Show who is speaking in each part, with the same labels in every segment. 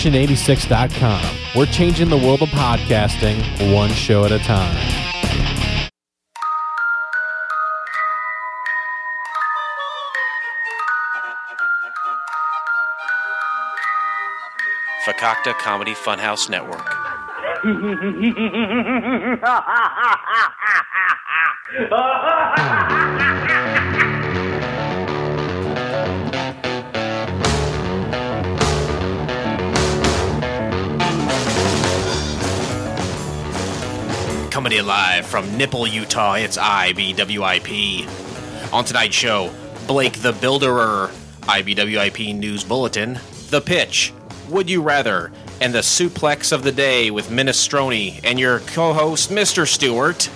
Speaker 1: section86.com. We're changing the world of podcasting one show at a time.
Speaker 2: Fakakta Comedy Funhouse Network. Coming in live from Nipple, Utah, it's IBWIP. On tonight's show, Blake the Builderer, IBWIP News Bulletin, The Pitch, Would You Rather, and the Suplex of the Day with Minestrone and your co host, Mr. Stewart,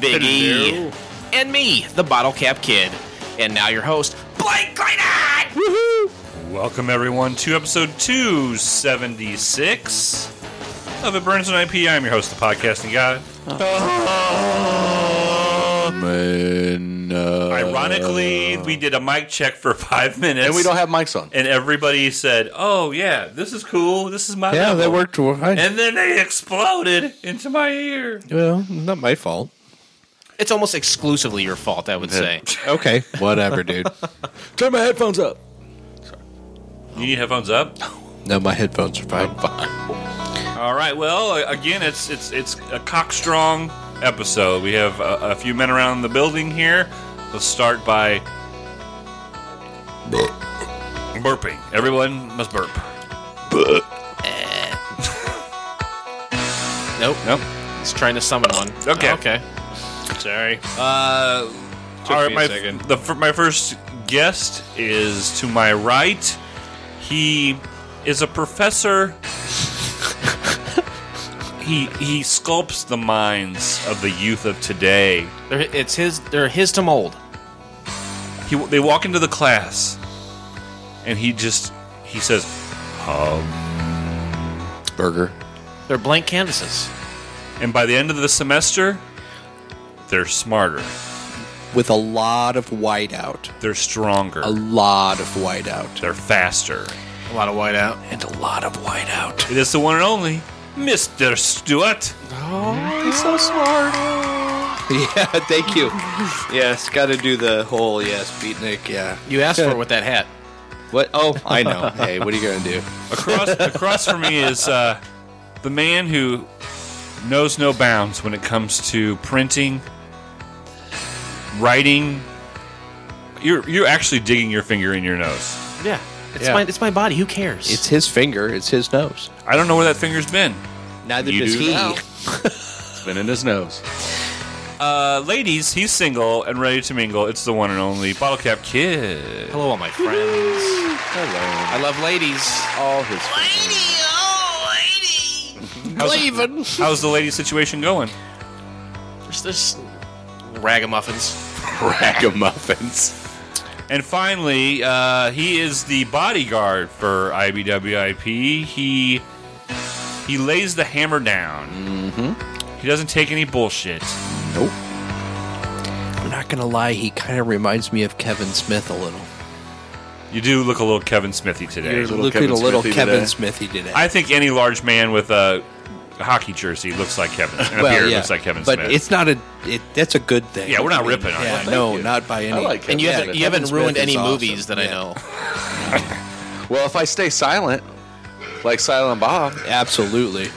Speaker 2: Big E, and me, the Bottle Cap Kid. And now your host, Blake Clayton! Woohoo!
Speaker 3: Welcome everyone to episode 276 of the Burns and IP. I'm your host, the podcasting guy.
Speaker 4: Man, uh,
Speaker 3: Ironically, we did a mic check for five minutes,
Speaker 4: and we don't have mics on.
Speaker 3: and everybody said, "Oh yeah, this is cool. This is my
Speaker 4: Yeah,
Speaker 3: level."
Speaker 4: that worked fine.
Speaker 3: And then they exploded into my ear.
Speaker 4: well, not my fault.
Speaker 2: It's almost exclusively your fault, I would say.
Speaker 4: Okay, whatever, dude. Turn my headphones up.
Speaker 3: You need headphones up.
Speaker 4: No, my headphones are fine. Fine.
Speaker 3: All right. Well, a- again, it's it's it's a cockstrong episode. We have a, a few men around the building here. Let's start by burping. Everyone must burp.
Speaker 2: Nope.
Speaker 3: Nope.
Speaker 2: It's trying to summon one.
Speaker 3: Okay.
Speaker 2: okay.
Speaker 3: Sorry. Uh, all right. My the fir- my first guest is to my right. He is a professor. he he sculpts the minds of the youth of today.
Speaker 2: They're, it's his. They're his to mold.
Speaker 3: he they walk into the class and he just he says
Speaker 4: Burger.
Speaker 2: They're blank canvases.
Speaker 3: and by the end of the semester they're smarter
Speaker 4: With a lot of whiteout.
Speaker 3: they're stronger
Speaker 4: A lot of whiteout.
Speaker 3: they're faster
Speaker 2: A lot of whiteout.
Speaker 4: And a lot of whiteout.
Speaker 3: it is the one and only mr stewart
Speaker 4: He's so smart. Yeah, thank you. Yes, got to do the whole yes, beatnik. Yeah.
Speaker 2: You asked for it with that hat.
Speaker 4: What? Oh, I know. hey, what are you gonna do?
Speaker 3: across across from me is uh, the man who knows no bounds when it comes to printing writing you're you're actually digging your finger in your nose
Speaker 2: Yeah. It's
Speaker 4: Yeah.
Speaker 2: my. It's my body. Who cares?
Speaker 4: It's his finger. It's his nose.
Speaker 3: i don't know where that finger's been
Speaker 4: Neither
Speaker 3: You
Speaker 4: does
Speaker 3: do
Speaker 4: he.
Speaker 3: now.
Speaker 4: it's been in his nose.
Speaker 3: Uh, ladies, he's single and ready to mingle. It's the one and only Bottle Cap Kid.
Speaker 2: hello, all my friends.
Speaker 4: Hello.
Speaker 2: I love ladies.
Speaker 4: All his.
Speaker 2: Leaving.
Speaker 3: How's the lady situation going?
Speaker 2: There's this ragamuffins.
Speaker 4: ragamuffins.
Speaker 3: And finally, uh, he is the bodyguard for IBWIP. He he lays the hammer down. Mm-hmm. He doesn't take any bullshit.
Speaker 4: Nope. I'm not gonna lie. He kind of reminds me of Kevin Smith a little.
Speaker 3: You do look a little Kevin Smithy today.
Speaker 4: You're looking a little Kevin Smithy today.
Speaker 3: I think any large man with a hockey jersey looks like Kevin. And a beard looks like Kevin
Speaker 4: but
Speaker 3: Smith.
Speaker 4: it's not a. It, that's a good thing.
Speaker 3: yeah, we're not ripping on
Speaker 4: Yeah,
Speaker 3: it.
Speaker 4: no, not by any.
Speaker 5: like
Speaker 2: And you
Speaker 5: Yeah,
Speaker 2: haven't.
Speaker 5: but
Speaker 2: You haven't
Speaker 4: Kevin
Speaker 2: ruined
Speaker 4: Smith
Speaker 2: any
Speaker 4: is awesome.
Speaker 2: movies that I
Speaker 4: Yeah.
Speaker 2: know.
Speaker 5: Well, if I stay silent, like Silent Bob,
Speaker 4: Absolutely.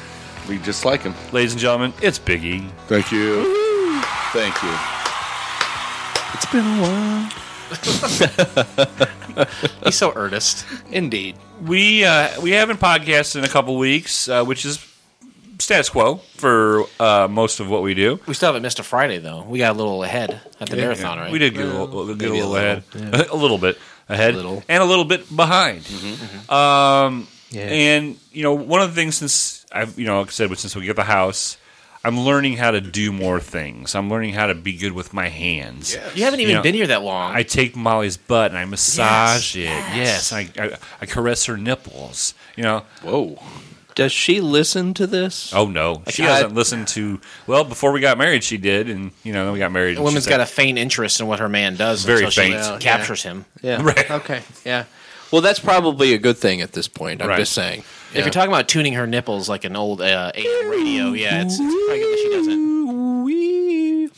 Speaker 5: we just like him.
Speaker 3: Ladies and gentlemen, it's Biggie.
Speaker 5: Thank you. Thank you.
Speaker 4: It's been a while.
Speaker 2: He's so earnest.
Speaker 4: Indeed.
Speaker 3: We uh, we haven't podcasted in a couple weeks, uh, which is status quo for uh, most of what we do.
Speaker 2: We still haven't missed a Friday though. We got a little ahead at the marathon, right?
Speaker 3: We did get a little, get a
Speaker 4: maybe a
Speaker 3: little
Speaker 4: little,
Speaker 3: ahead, a little bit ahead,
Speaker 4: Little.
Speaker 3: and a little bit behind.
Speaker 2: Mm-hmm,
Speaker 3: Um,
Speaker 4: Yeah.
Speaker 3: And you know, one of the things since I've you know like I said since we get the house, I'm learning how to do more things. I'm learning how to be good with my hands.
Speaker 2: You haven't even
Speaker 3: You know,
Speaker 2: been here that long.
Speaker 3: I take Molly's butt and I massage
Speaker 2: Yes,
Speaker 3: it. Yes, and I, I I caress her nipples. You know,
Speaker 5: Whoa.
Speaker 4: Does she listen to this?
Speaker 3: Oh no, she
Speaker 4: I-
Speaker 3: doesn't listen to. Well, before we got married, she did, and you know, then we got married.
Speaker 2: A
Speaker 3: and
Speaker 2: woman's
Speaker 3: she's
Speaker 2: got a
Speaker 3: like,
Speaker 2: faint interest in what her man does
Speaker 3: Very
Speaker 2: until she
Speaker 3: faint.
Speaker 2: captures him.
Speaker 4: Yeah.
Speaker 3: Right.
Speaker 4: Okay. Yeah. Well, that's probably a good thing at this point. I'm
Speaker 3: Right.
Speaker 4: just saying.
Speaker 2: If you're talking about tuning her nipples like an old uh, AM radio, yeah, it's, it's probably good that she doesn't.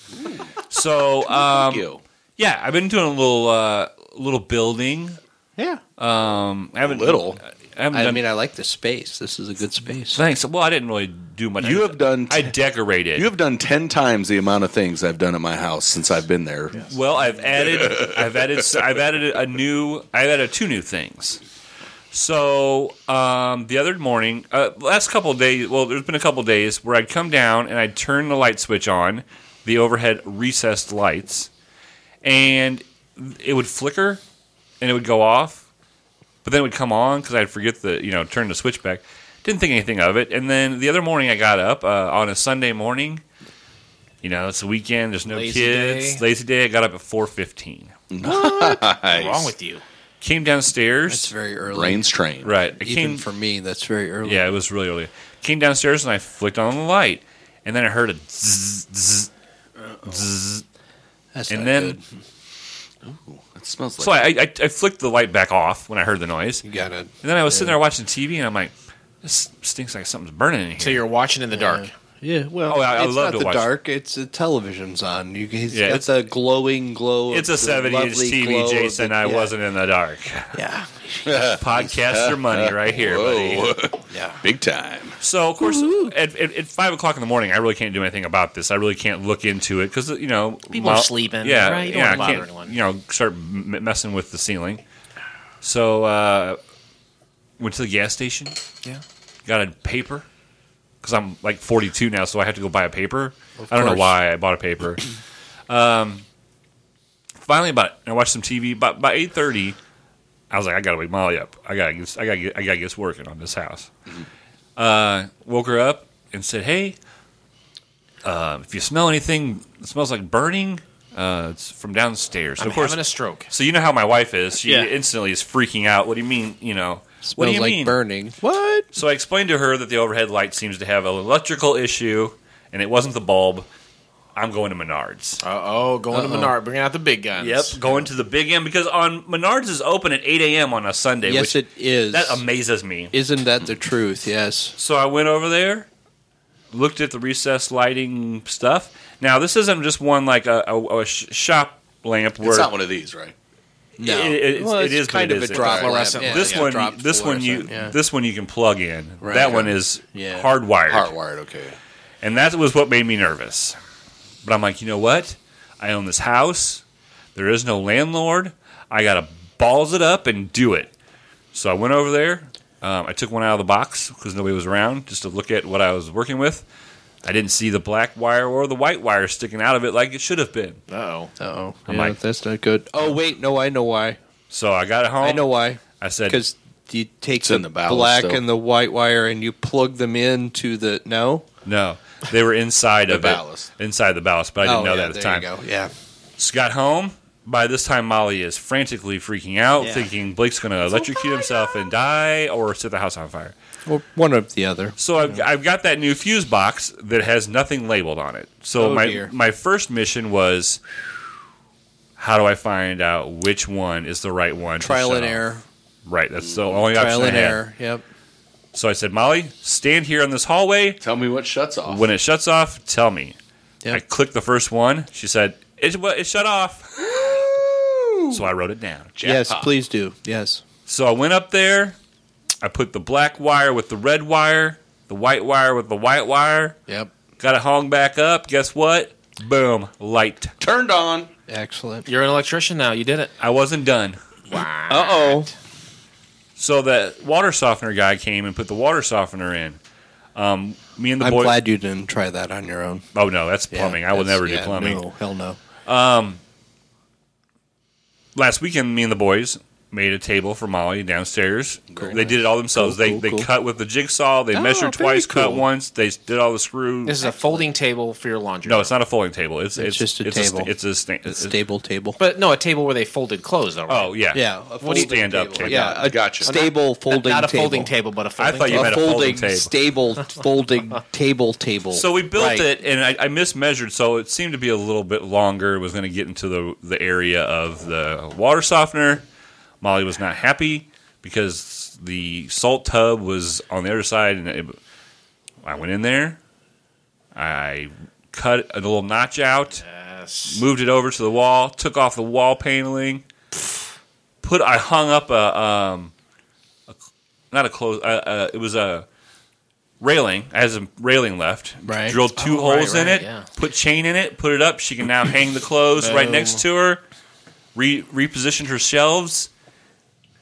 Speaker 3: So, um,
Speaker 5: you.
Speaker 3: yeah, I've been doing a little uh, little building.
Speaker 4: yeah,
Speaker 3: Um, I haven't
Speaker 5: Little?
Speaker 3: I haven't
Speaker 4: I
Speaker 3: done
Speaker 4: mean, I like the space. This is a good space.
Speaker 3: Thanks. Well, I didn't really do much.
Speaker 5: You have done
Speaker 3: I
Speaker 5: t-
Speaker 3: decorated.
Speaker 5: You have done ten times the amount of things I've done at my house since I've been there.
Speaker 3: Well, I've added. I've added. I've added a new. I've added two new things. So um, the other morning, uh, last couple of days. Well, there's been a couple of days where I'd come down and I'd turn the light switch on, the overhead recessed lights, and it would flicker, and it would go off, but then it would come on because I'd forget the you know turn the switch back. Didn't think anything of it, and then the other morning I got up uh, on a Sunday morning. You know, it's a weekend. There's no
Speaker 2: Lazy
Speaker 3: kids.
Speaker 2: day.
Speaker 3: Lazy day. I got up at four fifteen.
Speaker 2: What's wrong with you?
Speaker 3: Came downstairs.
Speaker 4: That's very early.
Speaker 5: Brains train.
Speaker 3: right. I
Speaker 4: Even
Speaker 3: came.
Speaker 4: for me, that's very early.
Speaker 3: yeah, it was really early. Came downstairs and I flicked on the light, and then I heard a zzz, zzz, zzz,
Speaker 4: that's
Speaker 3: and
Speaker 4: not
Speaker 3: then
Speaker 4: good.
Speaker 5: It smells like
Speaker 3: so I, I I flicked the light back off when I heard the noise,
Speaker 4: you
Speaker 3: and
Speaker 4: gotta.
Speaker 3: then I was sitting there watching TV, and I'm like, this stinks like something's burning in here.
Speaker 2: So you're watching in the dark.
Speaker 4: Yeah, well,
Speaker 3: Oh, I- I
Speaker 4: it's
Speaker 3: love
Speaker 4: not
Speaker 3: to
Speaker 4: the
Speaker 3: watch-
Speaker 4: dark. It's the television's on. You, he's
Speaker 3: Yeah,
Speaker 4: got
Speaker 3: it's-
Speaker 4: the glowing glow. of
Speaker 3: it's a
Speaker 4: the
Speaker 3: 70 inch
Speaker 4: lovely glow
Speaker 3: TV,
Speaker 4: of the-
Speaker 3: Jason. I
Speaker 4: yeah,
Speaker 3: wasn't in the dark.
Speaker 4: Yeah,
Speaker 3: Podcast your money right here, buddy.
Speaker 4: yeah.
Speaker 5: big time.
Speaker 3: So of course, at, at, at five o'clock in the morning, I really can't do anything about this. I really can't look into it because you know
Speaker 2: People are sleeping,
Speaker 3: Yeah,
Speaker 2: right? You don't
Speaker 3: yeah.
Speaker 2: wanna
Speaker 3: I
Speaker 2: bother
Speaker 3: can't,
Speaker 2: anyone.
Speaker 3: you know, start m- messing with the ceiling. So uh, went to the gas station. Yeah, got a paper because I'm like 42 now, so I have to go buy a paper. I don't know
Speaker 4: course.
Speaker 3: why I bought a paper. um, finally, about I watched some TV. But by 8:30, I was like, I gotta wake Molly up. I gotta get, I gotta get, I gotta get working on this house.
Speaker 2: Mm-hmm.
Speaker 3: Uh, woke her up and said, Hey, uh, if you smell anything, it smells like burning. Uh, it's from downstairs. So
Speaker 2: I'm
Speaker 3: of course,
Speaker 2: having a stroke.
Speaker 3: so you know how my wife is. She
Speaker 2: Yeah.
Speaker 3: instantly is freaking out. What do you mean? You know, what
Speaker 4: Smells
Speaker 3: do you
Speaker 4: like
Speaker 3: mean?
Speaker 4: burning. What?
Speaker 3: So I explained to her that the overhead light seems to have an electrical issue, and it wasn't the bulb. I'm going to Menards.
Speaker 2: Uh oh, going to Menard, bringing out the big guns.
Speaker 3: going to the big M because on Menards is open at 8 a.m. on a Sunday.
Speaker 4: Yes,
Speaker 3: which
Speaker 4: it is.
Speaker 3: that um, amazes me.
Speaker 4: Isn't that the truth? Yes.
Speaker 3: So I went over there, looked at the recessed lighting stuff. Now this isn't just one like a, a, a sh- shop lamp where
Speaker 5: It's not one of these, right?
Speaker 4: No.
Speaker 3: It- it- it's-
Speaker 4: well,
Speaker 3: it
Speaker 4: it's
Speaker 3: is, but
Speaker 4: kind
Speaker 3: it
Speaker 4: of a
Speaker 3: isn't.
Speaker 4: drop lamp.
Speaker 2: Fluorescent.
Speaker 4: Yeah,
Speaker 3: this
Speaker 4: yeah,
Speaker 3: one
Speaker 4: drop
Speaker 3: this one you
Speaker 4: fluorescent, yeah.
Speaker 3: this one you can plug in.
Speaker 4: Right.
Speaker 3: that one is
Speaker 4: Yeah.
Speaker 3: hardwired.
Speaker 5: Heartwired, okay.
Speaker 3: And that was what made me nervous. But I'm like, you know what? I own this house. There is no landlord. I got to balls it up and do it. So I went over there. Um, I took one out of the box because nobody was around just to look at what I was working with. I didn't see the black wire or the white wire sticking out of it like it should have been.
Speaker 2: Uh oh.
Speaker 4: Oh,
Speaker 3: I'm
Speaker 4: yeah,
Speaker 3: like-
Speaker 4: that's not good. Oh wait, no, I know why.
Speaker 3: So I got it home.
Speaker 4: I know why.
Speaker 3: I said,
Speaker 4: Because you take
Speaker 5: It's
Speaker 4: the,
Speaker 5: in the ballast
Speaker 4: black
Speaker 5: still.
Speaker 4: and the white wire and you plug them into the no.
Speaker 3: no. They were inside
Speaker 5: The
Speaker 3: of
Speaker 5: ballast.
Speaker 3: it. Inside the ballast, but I didn't
Speaker 4: oh,
Speaker 3: know
Speaker 4: yeah,
Speaker 3: that at the
Speaker 4: there
Speaker 3: time.
Speaker 4: You go. Yeah.
Speaker 3: So got home. By this time, Molly is frantically freaking out,
Speaker 2: Yeah.
Speaker 3: thinking Blake's going to electrocute himself and die or set the house on fire.
Speaker 4: Well, one of the other.
Speaker 3: So I've, I've got that new fuse box that has nothing labeled on it. So
Speaker 4: Oh,
Speaker 3: my
Speaker 4: dear.
Speaker 3: my first mission was how do I find out which one is the right one? to
Speaker 4: Trial
Speaker 3: shut
Speaker 4: and
Speaker 3: off?
Speaker 4: error.
Speaker 3: Right. That's the only option
Speaker 4: Trial
Speaker 3: I
Speaker 4: and
Speaker 3: had.
Speaker 4: error. Yep.
Speaker 3: So I said, Molly, stand here in this hallway.
Speaker 5: Tell me what shuts off.
Speaker 3: When it shuts off, tell me.
Speaker 4: Yep.
Speaker 3: I clicked the first one. She said, it, well, it shut off. so I wrote it down.
Speaker 4: Yes, please do. Yes.
Speaker 3: So I went up there. I put the black wire with the red wire, the white wire with the white wire.
Speaker 4: Yep.
Speaker 3: Got it hung back up. Guess what? Boom, light.
Speaker 5: Turned on.
Speaker 4: Excellent.
Speaker 2: You're an electrician now. You did it.
Speaker 3: I wasn't done.
Speaker 2: Wow.
Speaker 4: Uh oh.
Speaker 3: So the water softener guy came and put the water softener in. Um, me and the
Speaker 4: I'm
Speaker 3: boy.
Speaker 4: glad you didn't try that on your own.
Speaker 3: oh no, that's
Speaker 4: Yeah,
Speaker 3: plumbing. I will
Speaker 4: that's-
Speaker 3: never do
Speaker 4: yeah,
Speaker 3: plumbing.
Speaker 4: No, hell no.
Speaker 3: Last weekend, me and the boys made a table for Molly downstairs.
Speaker 4: Cool.
Speaker 3: They did it all themselves.
Speaker 4: Cool,
Speaker 3: they
Speaker 4: cool,
Speaker 3: they
Speaker 4: cool.
Speaker 3: cut with the jigsaw. They
Speaker 4: Oh,
Speaker 3: measured
Speaker 4: very
Speaker 3: twice, cut
Speaker 4: cool.
Speaker 3: once. They did all the screws.
Speaker 2: This is a folding table for your laundry.
Speaker 3: no, it's not a folding table. It's
Speaker 4: It's just a
Speaker 3: it's
Speaker 4: table.
Speaker 3: sta- it's a sta- it's-
Speaker 4: Stable table.
Speaker 2: But no, a table where they folded clothes, though. Right?
Speaker 3: Oh yeah,
Speaker 4: Yeah. a folding
Speaker 3: stand up table.
Speaker 4: Yeah. A
Speaker 5: Gotcha.
Speaker 4: Stable folding.
Speaker 2: not a
Speaker 4: table.
Speaker 2: folding table, but a folding.
Speaker 3: thought you
Speaker 2: table.
Speaker 3: meant-
Speaker 4: A
Speaker 3: a folding
Speaker 4: folding
Speaker 3: table.
Speaker 4: stable folding table table.
Speaker 3: So we built
Speaker 2: Right.
Speaker 3: it, and I, I mismeasured, so it seemed to be a little bit longer. It was going to get into the the area of the water softener. Molly was not happy. because the salt tub was on the other side, and it, I went in there. I cut a little notch out,
Speaker 2: Yes.
Speaker 3: moved it over to the wall, took off the wall paneling, put I hung up a um, a, not a close. Uh, uh, it was a railing. I had some railing left.
Speaker 4: Right.
Speaker 3: Drilled two
Speaker 2: Oh, right,
Speaker 3: holes in
Speaker 2: right,
Speaker 3: it.
Speaker 2: yeah.
Speaker 3: Put chain in it. Put it up. She can now hang the clothes right
Speaker 4: Boom.
Speaker 3: next to her. Re- repositioned her shelves.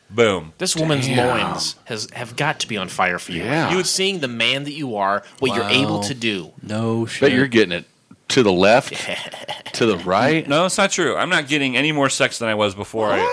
Speaker 3: Boom.
Speaker 2: This woman's loins has have got to be on fire for you.
Speaker 5: Yeah.
Speaker 2: You seeing the man that you are, what you're
Speaker 4: Wow.
Speaker 2: able to do.
Speaker 4: No shit.
Speaker 5: Bet you're getting it to the left, to the right.
Speaker 3: No, it's not true. I'm not getting any more sex than I was before. I,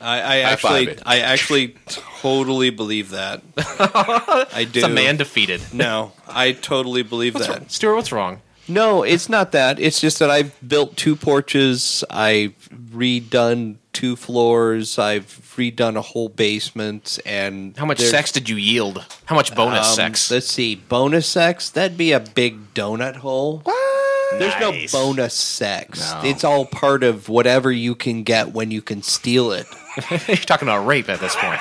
Speaker 4: I, I actually,
Speaker 5: five it.
Speaker 4: I actually totally believe that. I do.
Speaker 2: It's a man defeated.
Speaker 4: No, I totally believe
Speaker 2: What's wrong?
Speaker 4: that.
Speaker 2: Stuart, what's wrong?
Speaker 4: No, it's not that. It's just that I've built two porches. I've redone two floors. I've redone a whole basement. And
Speaker 2: How much
Speaker 4: there-
Speaker 2: sex did you yield? How much bonus
Speaker 4: um,
Speaker 2: sex?
Speaker 4: Let's see, bonus sex. That'd be a big donut hole. There's
Speaker 2: Nice.
Speaker 4: no bonus sex. It's all part of whatever you can get when you can steal it.
Speaker 2: You're talking about rape at this point.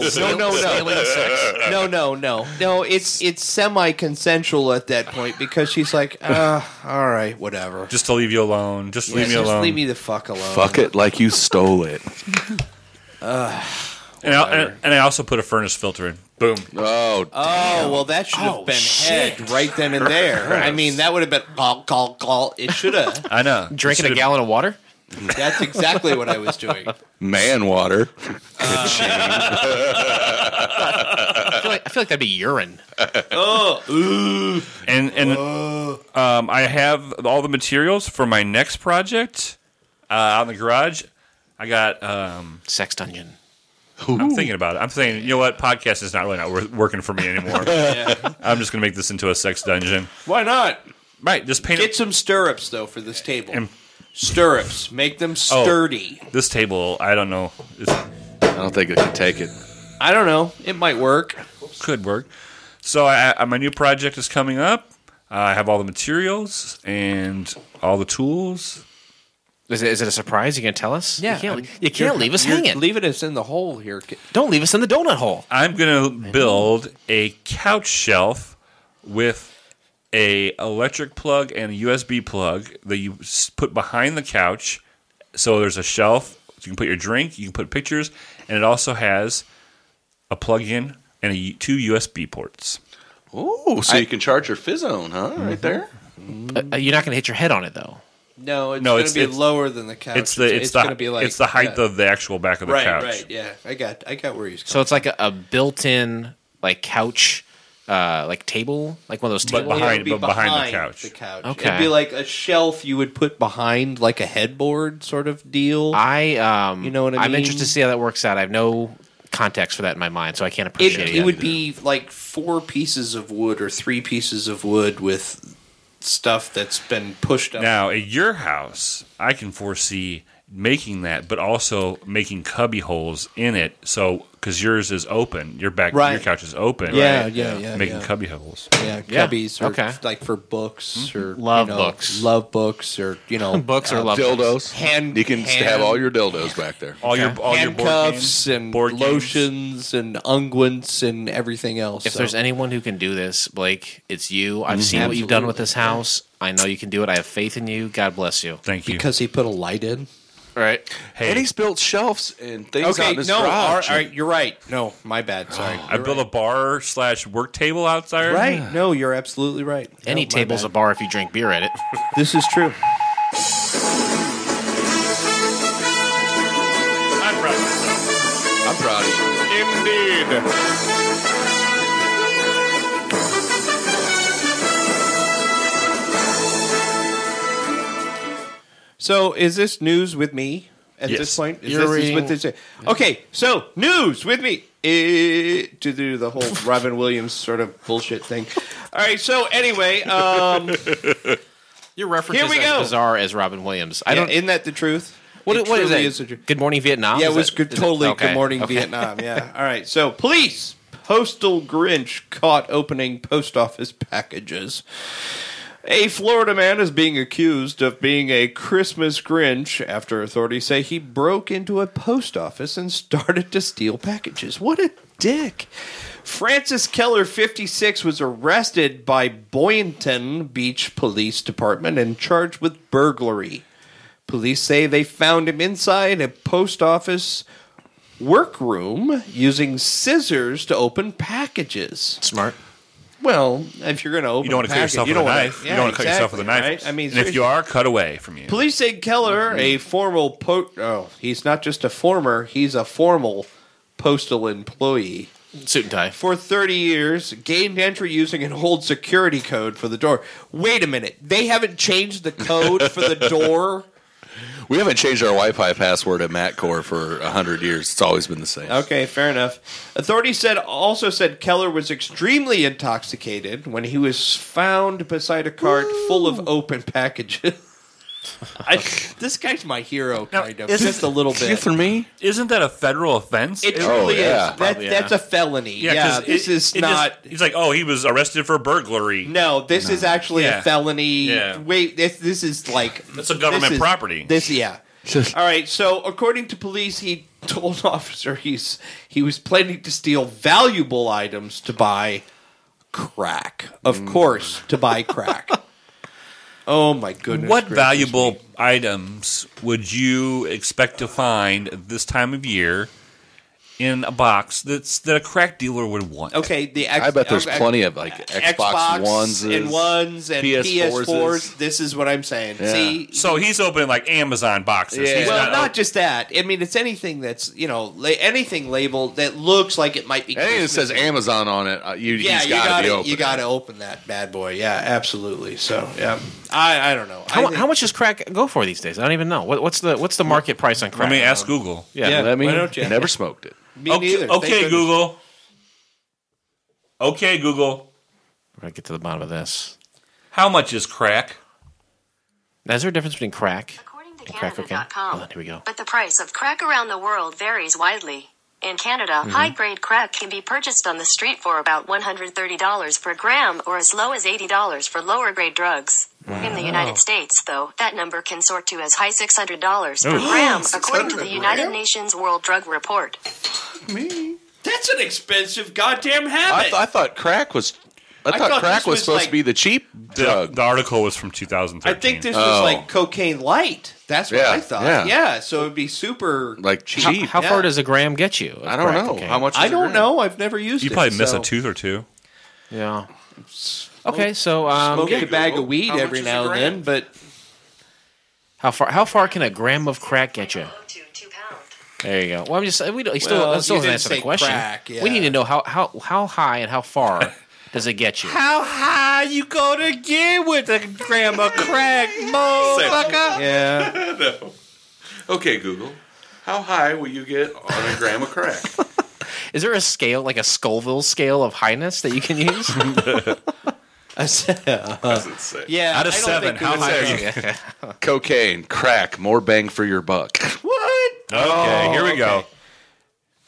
Speaker 4: no, no, no,
Speaker 2: Stealing sex.
Speaker 4: no, no, no, no. It's it's semi-consensual at that point because she's like, uh, all right, whatever.
Speaker 3: just to leave you alone. Just
Speaker 4: Yeah,
Speaker 3: leave me
Speaker 4: just
Speaker 3: alone.
Speaker 4: Leave me the fuck alone.
Speaker 5: Fuck it like you stole it.
Speaker 3: and, I, and, and I also put a furnace filter in. Boom.
Speaker 5: Oh,
Speaker 4: Oh well, that should have
Speaker 2: Oh,
Speaker 4: been
Speaker 2: shit.
Speaker 4: head right then and there. I mean, that would have been call, call, call. It should have.
Speaker 3: I know.
Speaker 2: Drinking a
Speaker 3: Should've-
Speaker 2: gallon of water?
Speaker 4: That's exactly what I was doing.
Speaker 5: man water.
Speaker 2: I feel like, I feel like that'd be urine.
Speaker 3: and and um, I have all the materials for my next project uh, out in the garage. I got. Um,
Speaker 2: Sex dungeon.
Speaker 3: I'm thinking about it. I'm saying, you know what? Podcast is not really not wor- working for me anymore. I'm just going to make this into a sex dungeon.
Speaker 4: Why not?
Speaker 3: Right. Just paint
Speaker 4: Get
Speaker 3: it.
Speaker 4: some stirrups though for this table.
Speaker 3: And-
Speaker 4: Stirrups, make them
Speaker 3: Oh.
Speaker 4: sturdy.
Speaker 3: This table, I don't know. It's,
Speaker 5: I don't think it can take it.
Speaker 4: I don't know. It might work.
Speaker 3: could work. So I, I, my new project is coming up. I have all the materials and all the tools.
Speaker 2: Is it, is it a surprise? You gonna tell us?
Speaker 4: Yeah,
Speaker 2: You can't,
Speaker 4: I'm-
Speaker 2: you can't leave us hanging.
Speaker 4: Leaving us in the hole here. kid.
Speaker 2: Don't leave us in the donut hole.
Speaker 3: I'm going to build a couch shelf with a electric plug and a USB plug that you s- put behind the couch. So there's a shelf. You can put your drink. You can put pictures, and it also has a plug-in and a, U- two USB ports.
Speaker 5: Ooh, so you can charge your fizzone, huh? Right there.
Speaker 2: Uh, you're not gonna hit your head on it though.
Speaker 4: No, it's
Speaker 3: No,
Speaker 4: gonna
Speaker 3: it's-
Speaker 4: be
Speaker 3: it's-
Speaker 4: lower than the couch.
Speaker 3: It's the it's, the
Speaker 4: gonna be like
Speaker 3: it's the height
Speaker 4: yeah.
Speaker 3: of the actual back of the
Speaker 4: right,
Speaker 3: couch.
Speaker 4: right. Yeah, I got I got where he's
Speaker 2: So
Speaker 4: coming.
Speaker 2: it's like a, a built-in like couch, uh, like table, like one of those
Speaker 3: But
Speaker 2: tables.
Speaker 4: Well,
Speaker 3: behind-
Speaker 4: it'd be
Speaker 3: but behind the couch.
Speaker 4: The couch.
Speaker 2: Okay.
Speaker 4: It'd be like a shelf you would put behind like a headboard sort of deal.
Speaker 2: I um,
Speaker 4: You know what I
Speaker 2: am
Speaker 4: mean?
Speaker 2: interested to see how that works out. I have no context for that in my mind, so I can't
Speaker 4: it,
Speaker 2: appreciate it.
Speaker 4: it would be like four pieces of wood or three pieces of wood with stuff that's been pushed up.
Speaker 3: Now, at your house, I can foresee making that, but also making cubby holes in it. So, because yours is open, your back, your
Speaker 4: Right.
Speaker 3: couch is open.
Speaker 4: Yeah,
Speaker 3: right?
Speaker 4: yeah, yeah,
Speaker 3: Making
Speaker 4: yeah.
Speaker 3: cubby holes.
Speaker 4: yeah,
Speaker 2: Yeah,
Speaker 4: cubbies or
Speaker 2: okay. Mm-hmm.
Speaker 4: like for books or you
Speaker 2: Love
Speaker 4: know,
Speaker 2: books.
Speaker 4: love books or you know
Speaker 2: books or love
Speaker 5: Dildos.
Speaker 4: Uh, hand-
Speaker 5: You can
Speaker 4: hand-
Speaker 5: have all your dildos back there.
Speaker 3: All your all your board games,
Speaker 4: handcuffs and
Speaker 3: board games.
Speaker 4: lotions and unguents and everything else.
Speaker 2: If
Speaker 4: so. Mm-hmm.
Speaker 2: there's anyone who can do this, Blake, it's you. I've seen what you've done with this house. I know you can do it. I have faith in you. God bless you.
Speaker 3: Thank you.
Speaker 4: because he put a light in.
Speaker 2: All right.
Speaker 3: hey,
Speaker 5: And he's built shelves and things out
Speaker 4: Okay,
Speaker 5: in his
Speaker 4: no, all
Speaker 5: garage.
Speaker 4: right, all right, you're right. No, my bad. Sorry.
Speaker 3: I built a bar slash work table outside.
Speaker 4: Right? No, you're absolutely right.
Speaker 2: Any
Speaker 4: No, my
Speaker 2: table's a
Speaker 4: bad.
Speaker 2: bar if you drink beer at it.
Speaker 4: This is
Speaker 3: I'm
Speaker 4: true.
Speaker 3: proud of myself.
Speaker 5: I'm proud of you.
Speaker 4: So, is this news with me at
Speaker 3: Yes.
Speaker 4: this point? Is
Speaker 2: You're
Speaker 4: this
Speaker 2: reading-
Speaker 4: is with this? Okay, so news with me eh, to do the whole Robin Williams sort of bullshit thing. All right. So anyway, um,
Speaker 2: Your reference
Speaker 4: Here
Speaker 2: is
Speaker 4: we
Speaker 2: as
Speaker 4: go.
Speaker 2: bizarre as Robin Williams. I
Speaker 4: I
Speaker 2: don't.
Speaker 4: don't, isn't that the truth?
Speaker 2: what,
Speaker 4: It
Speaker 2: what is
Speaker 4: truly
Speaker 2: that?
Speaker 4: the truth.
Speaker 2: Good Morning Vietnam.
Speaker 4: Yeah,
Speaker 2: Is
Speaker 4: it was
Speaker 2: that-
Speaker 4: good,
Speaker 2: is
Speaker 4: totally
Speaker 2: okay.
Speaker 4: Good Morning
Speaker 2: Okay.
Speaker 4: Vietnam. Yeah. All right. So, police postal Grinch caught opening post office packages. A Florida man is being accused of being a Christmas Grinch after authorities say he broke into a post office and started to steal packages. What a dick. Francis Keller, 56, was arrested by Boynton Beach Police Department and charged with burglary. Police say they found him inside a post office workroom using scissors to open packages.
Speaker 2: Smart.
Speaker 4: Well, if you're going to open,
Speaker 3: You don't want to
Speaker 4: a
Speaker 3: cut
Speaker 4: package,
Speaker 3: yourself
Speaker 4: you
Speaker 3: with a
Speaker 4: don't wanna-
Speaker 3: knife.
Speaker 4: yeah,
Speaker 3: you don't want to cut yourself with a
Speaker 4: exactly,
Speaker 3: knife.
Speaker 4: right? I mean,
Speaker 3: and if you are, Mm-hmm. cut away from you.
Speaker 4: Police say Keller, a formal po- oh, he's not just a former, he's a formal postal employee.
Speaker 2: Suit and tie.
Speaker 4: For 30 years, gained entry using an old security code for the door. Wait a minute. They haven't changed the code for the door?
Speaker 5: We haven't changed our Wi-Fi password at MatCore for hundred years. It's always been the same.
Speaker 4: Okay, fair enough. Authorities said also said Keller was extremely intoxicated when he was found beside a cart full of open packages. I, this guy's my hero, kind of,
Speaker 3: isn't-
Speaker 4: just a little bit.
Speaker 5: me?
Speaker 3: Isn't that a federal offense?
Speaker 4: It
Speaker 5: Oh,
Speaker 4: truly
Speaker 5: yeah.
Speaker 4: is.
Speaker 2: Probably,
Speaker 4: That, That's
Speaker 2: yeah.
Speaker 4: a felony. Yeah,
Speaker 3: 'cause
Speaker 4: this
Speaker 3: it-
Speaker 4: is
Speaker 3: it just-
Speaker 4: not.
Speaker 3: he's like, oh, he was arrested for burglary.
Speaker 4: no, this is actually
Speaker 3: Yeah.
Speaker 4: a felony.
Speaker 3: Yeah.
Speaker 4: Wait, this this is like
Speaker 3: That's a government
Speaker 4: this is-
Speaker 3: property.
Speaker 4: This, yeah. All right. So, according to police, he told an officer he's he was planning to steal valuable items to buy crack. Of
Speaker 3: Mm.
Speaker 4: course, to buy crack. oh my goodness!
Speaker 3: what
Speaker 4: gracious
Speaker 3: valuable
Speaker 4: me.
Speaker 3: items would you expect to find at this time of year in a box that's that a crack dealer would want?
Speaker 4: Okay, the ex-
Speaker 5: I bet there's
Speaker 4: okay.
Speaker 5: plenty of like Xbox,
Speaker 4: Xbox
Speaker 5: ones
Speaker 4: and ones and
Speaker 5: PS4s.
Speaker 4: PS4s. This is what I'm saying.
Speaker 5: Yeah.
Speaker 4: See,
Speaker 3: So he's opening like Amazon boxes.
Speaker 5: Yeah.
Speaker 3: He's
Speaker 4: well, not,
Speaker 3: not,
Speaker 4: just that. I mean, it's anything that's you know la- anything labeled that looks like it might be.
Speaker 5: Anything that
Speaker 4: Christmas.
Speaker 5: says Amazon on it, uh, you
Speaker 4: Yeah,
Speaker 5: he's
Speaker 4: you
Speaker 5: gotta
Speaker 4: got
Speaker 5: be
Speaker 4: to
Speaker 5: open.
Speaker 4: you got to open that bad boy. Yeah, absolutely. So yeah, I I don't know. I
Speaker 2: How,
Speaker 4: think-
Speaker 2: how much does crack go for these days? I don't even know. What, what's the what's the market price on crack?
Speaker 3: Let me ask Google.
Speaker 2: Yeah.
Speaker 4: Yeah.
Speaker 5: Let me.
Speaker 4: Why don't you?
Speaker 5: Never smoked it.
Speaker 4: Me
Speaker 3: Okay,
Speaker 4: neither. Thank
Speaker 3: okay
Speaker 4: goodness.
Speaker 3: Google. Okay, Google.
Speaker 2: We're gonna get to the bottom of this.
Speaker 3: How much is crack?
Speaker 2: Now, is there a difference between crack?
Speaker 6: According to
Speaker 2: Crack cocaine.
Speaker 6: Canada.com,
Speaker 2: Hold on, here we go.
Speaker 6: but the price of crack around the world varies widely. In Canada,
Speaker 2: Mm-hmm.
Speaker 6: high grade crack can be purchased on the street for about $130 per gram or as low as $80 for lower grade drugs. In the United States, though, that number can soar to as high $600 per gram, according to the United Nations World Drug Report.
Speaker 4: That's an expensive goddamn
Speaker 5: I,
Speaker 4: habit.
Speaker 5: th- I thought crack was. I, thought,
Speaker 4: thought
Speaker 5: crack
Speaker 4: this
Speaker 5: was,
Speaker 4: was
Speaker 5: supposed
Speaker 4: like-
Speaker 5: to be the cheap
Speaker 3: The,
Speaker 5: drug.
Speaker 3: the article was from 2013.
Speaker 4: I think this was
Speaker 5: Oh.
Speaker 4: like cocaine light. That's what
Speaker 5: Yeah,
Speaker 4: I thought.
Speaker 5: yeah.
Speaker 4: Yeah. so it'd be super
Speaker 5: Like
Speaker 2: How,
Speaker 5: cheap.
Speaker 2: how
Speaker 4: yeah.
Speaker 2: far does a gram get you? of
Speaker 5: I don't
Speaker 2: crack
Speaker 5: know
Speaker 2: cocaine?
Speaker 5: how much.
Speaker 4: I
Speaker 5: is a
Speaker 4: don't
Speaker 5: gram?
Speaker 4: know. I've never used
Speaker 3: you
Speaker 4: it.
Speaker 3: probably miss
Speaker 4: so-
Speaker 3: a tooth or two.
Speaker 2: Yeah. Okay, so um,
Speaker 4: Smoke a bag
Speaker 5: Google.
Speaker 4: of weed
Speaker 5: How much
Speaker 4: every
Speaker 5: is a
Speaker 4: now and then,
Speaker 5: gram?
Speaker 4: but
Speaker 2: how far how far can a gram of crack get you?
Speaker 6: To two pound.
Speaker 2: There you go. Well, I'm just we don't he still
Speaker 4: Well,
Speaker 2: that still doesn't
Speaker 4: you didn't
Speaker 2: answer the
Speaker 4: say
Speaker 2: question.
Speaker 4: crack, yeah.
Speaker 2: We need to know how how how high and how far does it get you?
Speaker 3: How high you gonna get with a gram of crack, motherfucker?
Speaker 4: yeah,
Speaker 5: Okay, Google. How high will you get on a gram of crack?
Speaker 2: Is there a scale like a Scoville scale of highness that you can use?
Speaker 4: yeah.
Speaker 3: Out of
Speaker 4: I don't
Speaker 3: seven,
Speaker 4: think we
Speaker 3: how
Speaker 4: would-
Speaker 3: high are you?
Speaker 5: Cocaine, crack, more bang for your buck.
Speaker 4: What?
Speaker 3: Okay, here we
Speaker 4: Oh,
Speaker 3: go.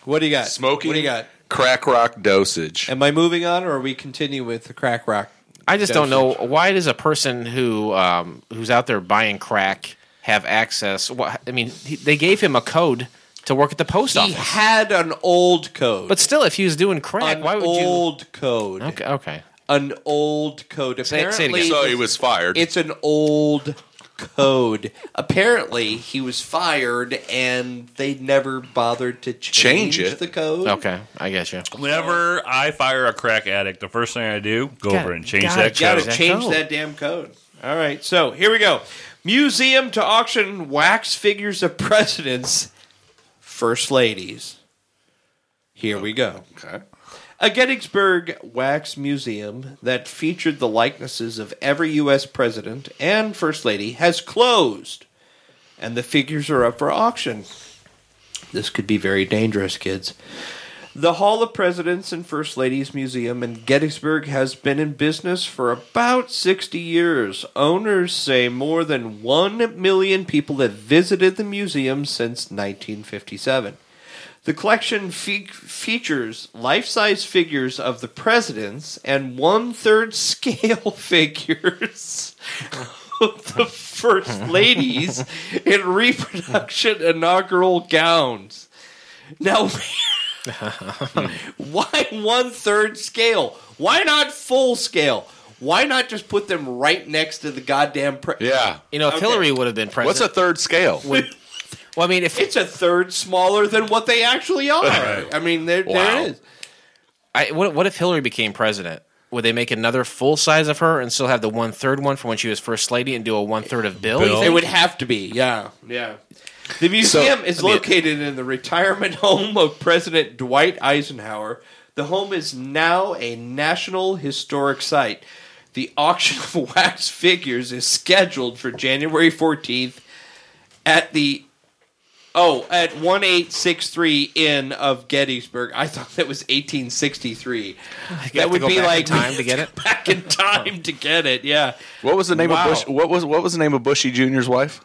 Speaker 4: What do you got?
Speaker 5: Smoking.
Speaker 4: What do you got?
Speaker 5: Crack rock dosage.
Speaker 4: Am I moving on, or are we continue with the crack rock?
Speaker 2: I just don't know why does a person who um, who's out there buying crack have access? Wha I mean, he, they gave him a code to work at the post
Speaker 4: He
Speaker 2: office,
Speaker 4: had an old code.
Speaker 2: but still, if he was doing crack,
Speaker 4: an
Speaker 2: why would
Speaker 4: old code.
Speaker 2: you? Okay, okay.
Speaker 4: An old code.
Speaker 2: Say it-
Speaker 4: Apparently,
Speaker 2: say it again.
Speaker 5: so he was fired.
Speaker 4: it's an old code. Apparently, he was fired, and they never bothered to change,
Speaker 5: Change it.
Speaker 4: the code.
Speaker 2: Okay, I get you.
Speaker 3: Whenever I fire a crack addict, the first thing I do, go
Speaker 2: God-
Speaker 3: over and change
Speaker 2: God,
Speaker 3: that
Speaker 2: God,
Speaker 4: Got
Speaker 3: code.
Speaker 4: to
Speaker 2: That
Speaker 4: change
Speaker 2: code.
Speaker 4: that damn code. All right, so here we go. Museum to auction wax figures of presidents, first ladies. Here we go.
Speaker 5: okay.
Speaker 4: A Gettysburg wax museum that featured the likenesses of every U.S. president and first lady has closed, and the figures are up for auction. This could be very dangerous, kids. The Hall of Presidents and First Ladies Museum in Gettysburg has been in business for about 60 years. Owners say more than 1 million people have visited the museum since 1957. The collection fe- features life size figures of the presidents and one third scale figures of the first ladies in reproduction inaugural gowns. Now, why one third scale? Why not full scale? Why not just put them right next to the goddamn? Pre-
Speaker 5: Yeah.
Speaker 2: You know, if
Speaker 4: Okay.
Speaker 2: Hillary would have been president.
Speaker 5: What's a third scale?
Speaker 2: well, I mean, if
Speaker 4: it's a third smaller than what they actually are. I mean, there, there
Speaker 5: Wow.
Speaker 4: it is.
Speaker 2: I, what, what if Hillary became president? Would they make another full size of her and still have the one third one from when she was first lady and do a one third of Bill? you
Speaker 3: Bill.
Speaker 2: think?
Speaker 4: It would have to be, yeah, yeah. The museum is located in the retirement home of President Dwight Eisenhower. The home is now a National Historic Site. The auction of wax figures is scheduled for January 14th at the oh at 1863 Inn of Gettysburg. I thought that was 1863.
Speaker 2: have
Speaker 4: That
Speaker 2: to
Speaker 4: would
Speaker 2: go
Speaker 4: be
Speaker 2: back in
Speaker 4: like
Speaker 2: time to get it?
Speaker 4: back in time to get it. Yeah,
Speaker 5: What was the name
Speaker 4: Wow.
Speaker 5: of Bush? What was what was the name of Bushy Junior's wife?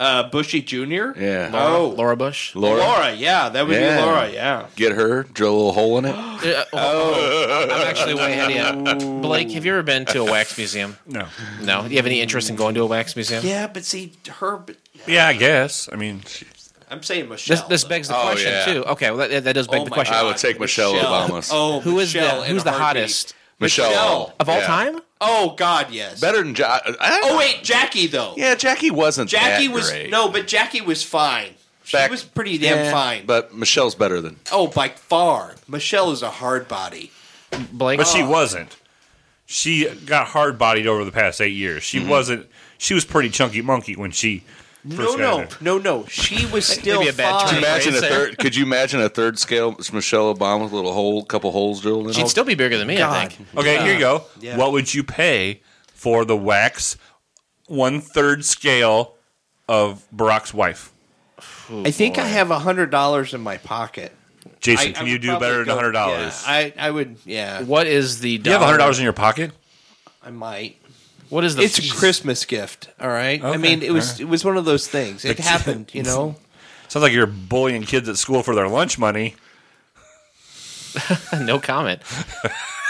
Speaker 4: uh, Bushy Junior.
Speaker 5: Yeah.
Speaker 4: Oh,
Speaker 2: Laura Bush?
Speaker 5: Laura.
Speaker 4: Laura, yeah, that would
Speaker 5: Yeah.
Speaker 4: be Laura, yeah.
Speaker 5: Get her, drill a little hole in it.
Speaker 2: Uh, oh, I'm actually way ahead of you. Blake, have you ever been to a wax museum?
Speaker 3: No.
Speaker 2: No. Do you have any interest in going to a wax museum?
Speaker 4: Yeah, but see, her. but-
Speaker 3: Yeah, I guess. I mean,
Speaker 4: I'm saying Michelle.
Speaker 2: This, this
Speaker 4: though.
Speaker 2: begs the
Speaker 5: Oh,
Speaker 2: question,
Speaker 5: yeah.
Speaker 2: too. Okay, well, that, that does beg
Speaker 4: Oh
Speaker 2: the
Speaker 4: my
Speaker 2: question.
Speaker 5: I
Speaker 4: God,
Speaker 5: would take Michelle Obama's.
Speaker 4: Oh,
Speaker 2: Who is
Speaker 4: Michelle
Speaker 2: the-
Speaker 4: in
Speaker 2: who's
Speaker 4: a
Speaker 2: the
Speaker 4: heartbeat.
Speaker 2: hottest?
Speaker 5: Michelle.
Speaker 2: of all
Speaker 5: Yeah.
Speaker 2: time?
Speaker 4: Oh God, yes.
Speaker 5: Better than Jack.
Speaker 4: Oh wait, Jackie though.
Speaker 5: Yeah, Jackie wasn't.
Speaker 4: Jackie
Speaker 5: that
Speaker 4: was
Speaker 5: great.
Speaker 4: no, but Jackie was fine. She
Speaker 5: Back-
Speaker 4: was pretty damn
Speaker 5: Yeah,
Speaker 4: fine. But
Speaker 5: But Michelle's better than.
Speaker 4: oh, by far, Michelle is a hard body.
Speaker 2: Blake?
Speaker 3: but she
Speaker 4: Oh.
Speaker 3: wasn't. She got hard bodied over the past eight years. She
Speaker 4: Mm-hmm.
Speaker 3: wasn't. She was pretty chunky monkey when she first
Speaker 4: No,
Speaker 3: got
Speaker 4: no,
Speaker 3: in there.
Speaker 4: no, no. She was still
Speaker 2: a bad
Speaker 4: fine.
Speaker 2: turn.
Speaker 5: Imagine a
Speaker 2: Right,
Speaker 5: third. Could you imagine a third scale Michelle Obama with a little hole, couple holes drilled in?
Speaker 2: She'd
Speaker 5: it?
Speaker 2: still be bigger than me, I think.
Speaker 3: Okay, here you go.
Speaker 4: Yeah.
Speaker 3: What would you pay for the wax one third scale of Barack's wife?
Speaker 4: I think I have a hundred dollars in my pocket.
Speaker 3: Jason,
Speaker 4: I-
Speaker 3: can
Speaker 4: I
Speaker 3: you
Speaker 4: would
Speaker 3: do
Speaker 4: probably
Speaker 3: better than
Speaker 4: go-
Speaker 3: hundred
Speaker 4: yeah,
Speaker 3: dollars?
Speaker 4: I I would. Yeah,
Speaker 2: What is the
Speaker 3: you have hundred dollars in your pocket?
Speaker 4: I might.
Speaker 2: What is the
Speaker 4: It's a Christmas gift, all right. I
Speaker 3: Okay,
Speaker 4: mean, it was
Speaker 3: all right.
Speaker 4: it was one of those things. It happened, you know.
Speaker 3: Sounds like you're bullying kids at school for their lunch money.
Speaker 2: no comment.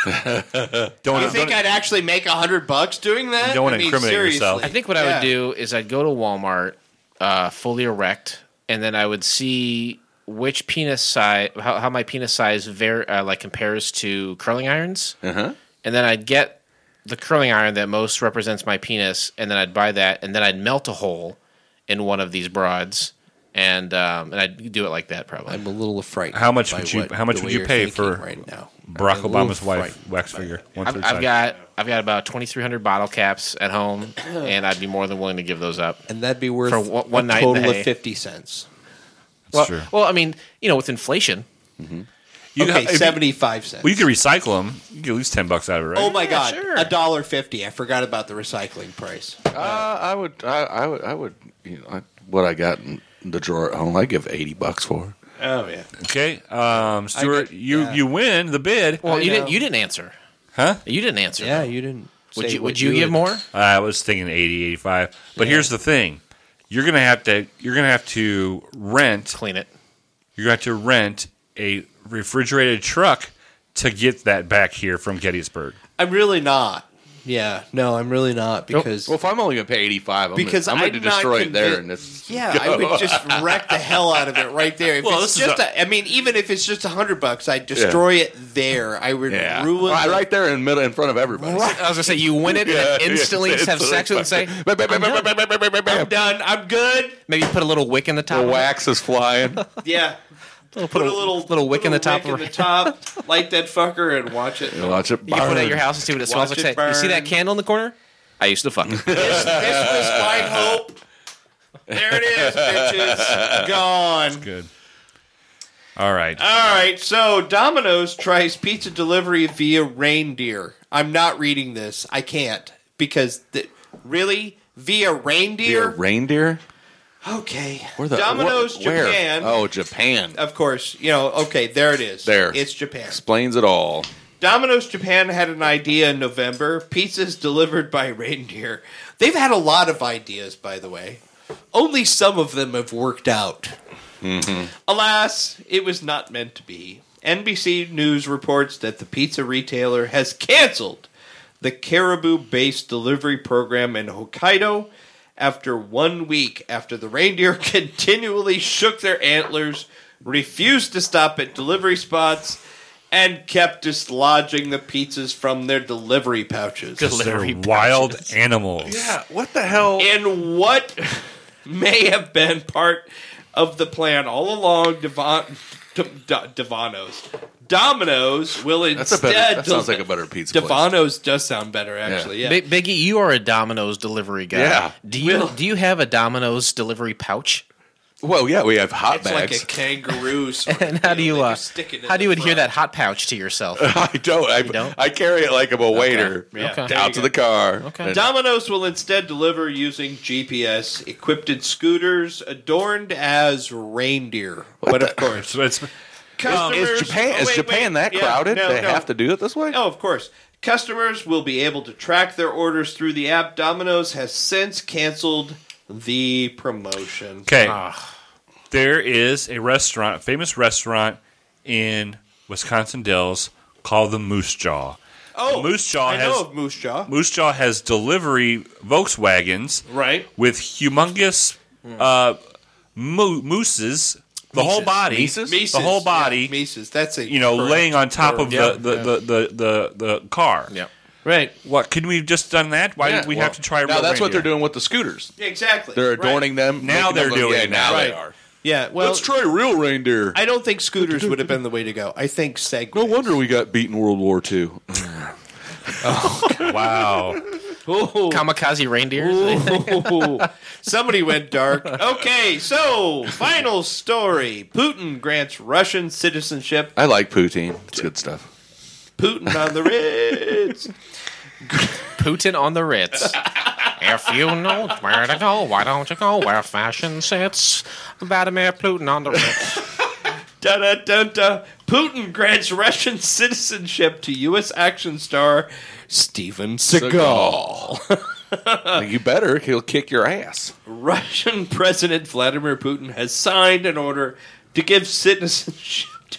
Speaker 3: Don't
Speaker 4: You think
Speaker 3: don't-
Speaker 4: I'd actually make a hundred bucks doing that?
Speaker 3: You don't wanna
Speaker 4: I mean,
Speaker 3: incriminate
Speaker 4: seriously.
Speaker 3: yourself.
Speaker 2: I think what I
Speaker 4: Yeah.
Speaker 2: would do is I'd go to Walmart, uh, fully erect, and then I would see which penis size, how, how my penis size ver- uh, like compares to curling irons,
Speaker 5: Uh-huh.
Speaker 2: and then I'd get the curling iron that most represents my penis, and then I'd buy that, and then I'd melt a hole in one of these broads, and um, and I'd do it like that probably.
Speaker 4: I'm a little frightened.
Speaker 3: How much
Speaker 4: by
Speaker 3: would you-
Speaker 4: what-
Speaker 3: how much
Speaker 4: the
Speaker 3: would
Speaker 4: way
Speaker 3: you
Speaker 4: you're
Speaker 3: pay
Speaker 4: thinking
Speaker 3: for
Speaker 4: right now?
Speaker 3: Barack
Speaker 4: I'm a
Speaker 3: Obama's
Speaker 4: little
Speaker 3: wife
Speaker 4: frightened.
Speaker 3: wax figure. one
Speaker 2: I've,
Speaker 3: third
Speaker 2: I've
Speaker 3: size.
Speaker 2: got I've got about 2,300 bottle caps at home, and I'd be more than willing to give those up.
Speaker 4: and that'd be worth
Speaker 2: For one- one
Speaker 4: a
Speaker 2: night in
Speaker 4: total
Speaker 2: the hay.
Speaker 4: of fifty cents.
Speaker 3: That's
Speaker 2: Well,
Speaker 3: true.
Speaker 2: well, I mean, you know, with inflation,
Speaker 3: You got-
Speaker 4: okay,
Speaker 3: if you-
Speaker 4: seventy-five cents.
Speaker 3: Well, you could recycle them. You could lose ten bucks out of it, right?
Speaker 4: oh my
Speaker 2: Yeah,
Speaker 4: god,
Speaker 2: sure.
Speaker 4: a dollar fifty. I forgot about the recycling price.
Speaker 5: Uh, I would. I, I would. I would. You know, I, what I got in the drawer at home, I give eighty bucks for. it.
Speaker 4: Oh yeah,
Speaker 3: Okay, um, Stuart,
Speaker 4: did-
Speaker 3: you
Speaker 4: yeah.
Speaker 3: you win the bid.
Speaker 2: Well,
Speaker 4: I
Speaker 2: you
Speaker 4: know.
Speaker 2: didn't. You didn't answer.
Speaker 3: Huh?
Speaker 2: You didn't answer.
Speaker 4: yeah.
Speaker 2: though.
Speaker 4: You didn't.
Speaker 2: Would
Speaker 4: say
Speaker 2: you?
Speaker 4: what
Speaker 2: Would you, give
Speaker 4: would-
Speaker 2: more?
Speaker 3: I was thinking 80, 85. But here's the thing: you're gonna have to you're gonna have to rent
Speaker 2: Clean it.
Speaker 3: you're gonna have to rent a refrigerated truck to get that back here from Gettysburg.
Speaker 4: I'm really not. Yeah, no, I'm really not because
Speaker 5: Well, if I'm only gonna pay eighty five, I'm
Speaker 4: Because
Speaker 5: gonna, I'm
Speaker 4: I'm
Speaker 5: gonna
Speaker 4: not
Speaker 5: destroy it there
Speaker 4: convinced-
Speaker 5: and it's
Speaker 4: Yeah, I would just wreck the hell out of it right there. If
Speaker 3: Well,
Speaker 4: it's
Speaker 3: this is
Speaker 4: just,
Speaker 3: a-
Speaker 4: a, I mean, even if it's just a hundred bucks, I'd destroy it there. I would ruin.
Speaker 5: Right-
Speaker 4: the-
Speaker 5: right there in middle in front of everybody.
Speaker 2: I was gonna say you win it and then instantly just have sex with it and say
Speaker 5: Bam, bam, bam, bam, bam, bam, bam, bam, bam.
Speaker 4: done. I'm good.
Speaker 2: maybe put a little wick in the top.
Speaker 5: The
Speaker 2: of it.
Speaker 5: wax is flying.
Speaker 4: Yeah. Put, a little
Speaker 2: little wick in the top
Speaker 4: wick
Speaker 2: of her-
Speaker 4: in the top. light that fucker and watch it.
Speaker 5: You watch it
Speaker 2: You can put it at
Speaker 5: burn.
Speaker 2: your house and see what it smells
Speaker 4: Watch
Speaker 2: like.
Speaker 4: it
Speaker 2: Say, you see that
Speaker 4: burn.
Speaker 2: candle in the corner? I used to fuck.
Speaker 4: This, this was my hope. There it is, bitches. Gone.
Speaker 3: Good. All right.
Speaker 4: All right, so Domino's tries pizza delivery via reindeer. I'm not reading this. I can't because th- really via
Speaker 5: Dear
Speaker 4: reindeer.
Speaker 5: reindeer.
Speaker 4: okay,
Speaker 5: Where the
Speaker 4: Domino's
Speaker 5: what- where?
Speaker 4: Japan.
Speaker 5: Oh, Japan.
Speaker 4: Of course, you know. Okay, there it is.
Speaker 5: There.
Speaker 4: it's Japan.
Speaker 5: Explains it all.
Speaker 4: Domino's Japan had an idea in November. Pizzas delivered by reindeer. They've had a lot of ideas, by the way. Only some of them have worked out. Alas, it was not meant to be. NBC News reports that the pizza retailer has canceled the caribou based delivery program in Hokkaido after one week after the reindeer continually shook their antlers, refused to stop at delivery spots, and kept dislodging the pizzas from their delivery pouches.
Speaker 3: They're wild animals.
Speaker 5: Yeah, what the hell?
Speaker 4: And what may have been part of the plan all along, Devon, D- D- Devano's. Domino's will
Speaker 5: That's a
Speaker 4: instead.
Speaker 5: better. That sounds
Speaker 4: deli-
Speaker 5: like a better pizza. place.
Speaker 4: Devano's does sound better, actually. Yeah.
Speaker 2: Big Biggie, you are a Domino's delivery guy.
Speaker 5: Yeah.
Speaker 2: Do you
Speaker 4: Will-
Speaker 2: do you have a Domino's delivery pouch?
Speaker 5: Well, yeah, we have hot
Speaker 4: It's like
Speaker 5: bags.
Speaker 4: a kangaroo. Sort of
Speaker 2: And how do
Speaker 4: deal.
Speaker 2: you
Speaker 4: They
Speaker 2: uh,
Speaker 4: just stick it in
Speaker 2: how do you
Speaker 4: the
Speaker 2: adhere that hot
Speaker 4: front.
Speaker 2: pouch to yourself?
Speaker 5: I don't. I,
Speaker 2: don't?
Speaker 5: I carry it like I'm a waiter
Speaker 4: Yeah,
Speaker 2: Okay.
Speaker 4: there you
Speaker 5: out to
Speaker 4: go.
Speaker 5: the car.
Speaker 2: Okay.
Speaker 5: And-
Speaker 4: Domino's will instead deliver using GPS equipped in scooters adorned as reindeer. but of course,
Speaker 3: So it's
Speaker 4: customers-
Speaker 5: is Japan
Speaker 4: oh,
Speaker 5: is
Speaker 4: wait,
Speaker 5: Japan
Speaker 4: wait.
Speaker 5: that
Speaker 4: Yeah,
Speaker 5: crowded?
Speaker 4: no,
Speaker 5: they
Speaker 4: no.
Speaker 5: have to do it this way.
Speaker 4: Oh, of course. Customers will be able to track their orders through the app. Domino's has since canceled the promotion.
Speaker 3: okay.
Speaker 5: Ah.
Speaker 3: There is a restaurant, a famous restaurant in Wisconsin Dells called the Moose Jaw.
Speaker 4: Oh,
Speaker 3: Moose Jaw
Speaker 4: I
Speaker 3: has-
Speaker 4: know of Moose Jaw.
Speaker 3: Moose Jaw has delivery Volkswagens
Speaker 4: Right.
Speaker 3: with humongous
Speaker 5: Hmm.
Speaker 3: uh, mo- mooses, the whole body,
Speaker 4: Mises.
Speaker 3: the whole body,
Speaker 4: Yeah, Mises. That's it.
Speaker 3: you know, laying on top of
Speaker 2: Yeah,
Speaker 3: the, the, the, the, the, the car.
Speaker 2: Yep.
Speaker 4: Right.
Speaker 3: What couldn't we have just done that? Why did we have to try?
Speaker 5: Now
Speaker 3: real
Speaker 5: that's what
Speaker 3: reindeer?
Speaker 5: they're doing with the scooters.
Speaker 4: Exactly.
Speaker 5: They're
Speaker 4: Right.
Speaker 5: adorning them.
Speaker 3: Now
Speaker 5: making them
Speaker 3: they're
Speaker 5: look-
Speaker 3: doing
Speaker 5: Yeah,
Speaker 3: it.
Speaker 5: now
Speaker 4: Right.
Speaker 5: they are.
Speaker 4: Yeah. Well,
Speaker 5: Let's try real reindeer.
Speaker 4: I don't think scooters would have been the way to go. I think segways.
Speaker 5: no wonder we got beaten World War II.
Speaker 3: Wow.
Speaker 4: Ooh.
Speaker 2: Kamikaze reindeers.
Speaker 4: Ooh. Somebody went dark. Okay, so final story. Putin grants Russian citizenship
Speaker 5: I like poutine. It's good stuff.
Speaker 4: Putin on the Ritz.
Speaker 2: Putin on the Ritz. if you know where to go, why don't you go where fashion sits? Vladimir Putin on the Ritz.
Speaker 4: Dun, dun, dun, dun. Putin grants Russian citizenship to U.S. action star Steven Seagal.
Speaker 5: you better. He'll kick your ass.
Speaker 4: Russian President Vladimir Putin has signed an order to give citizenship to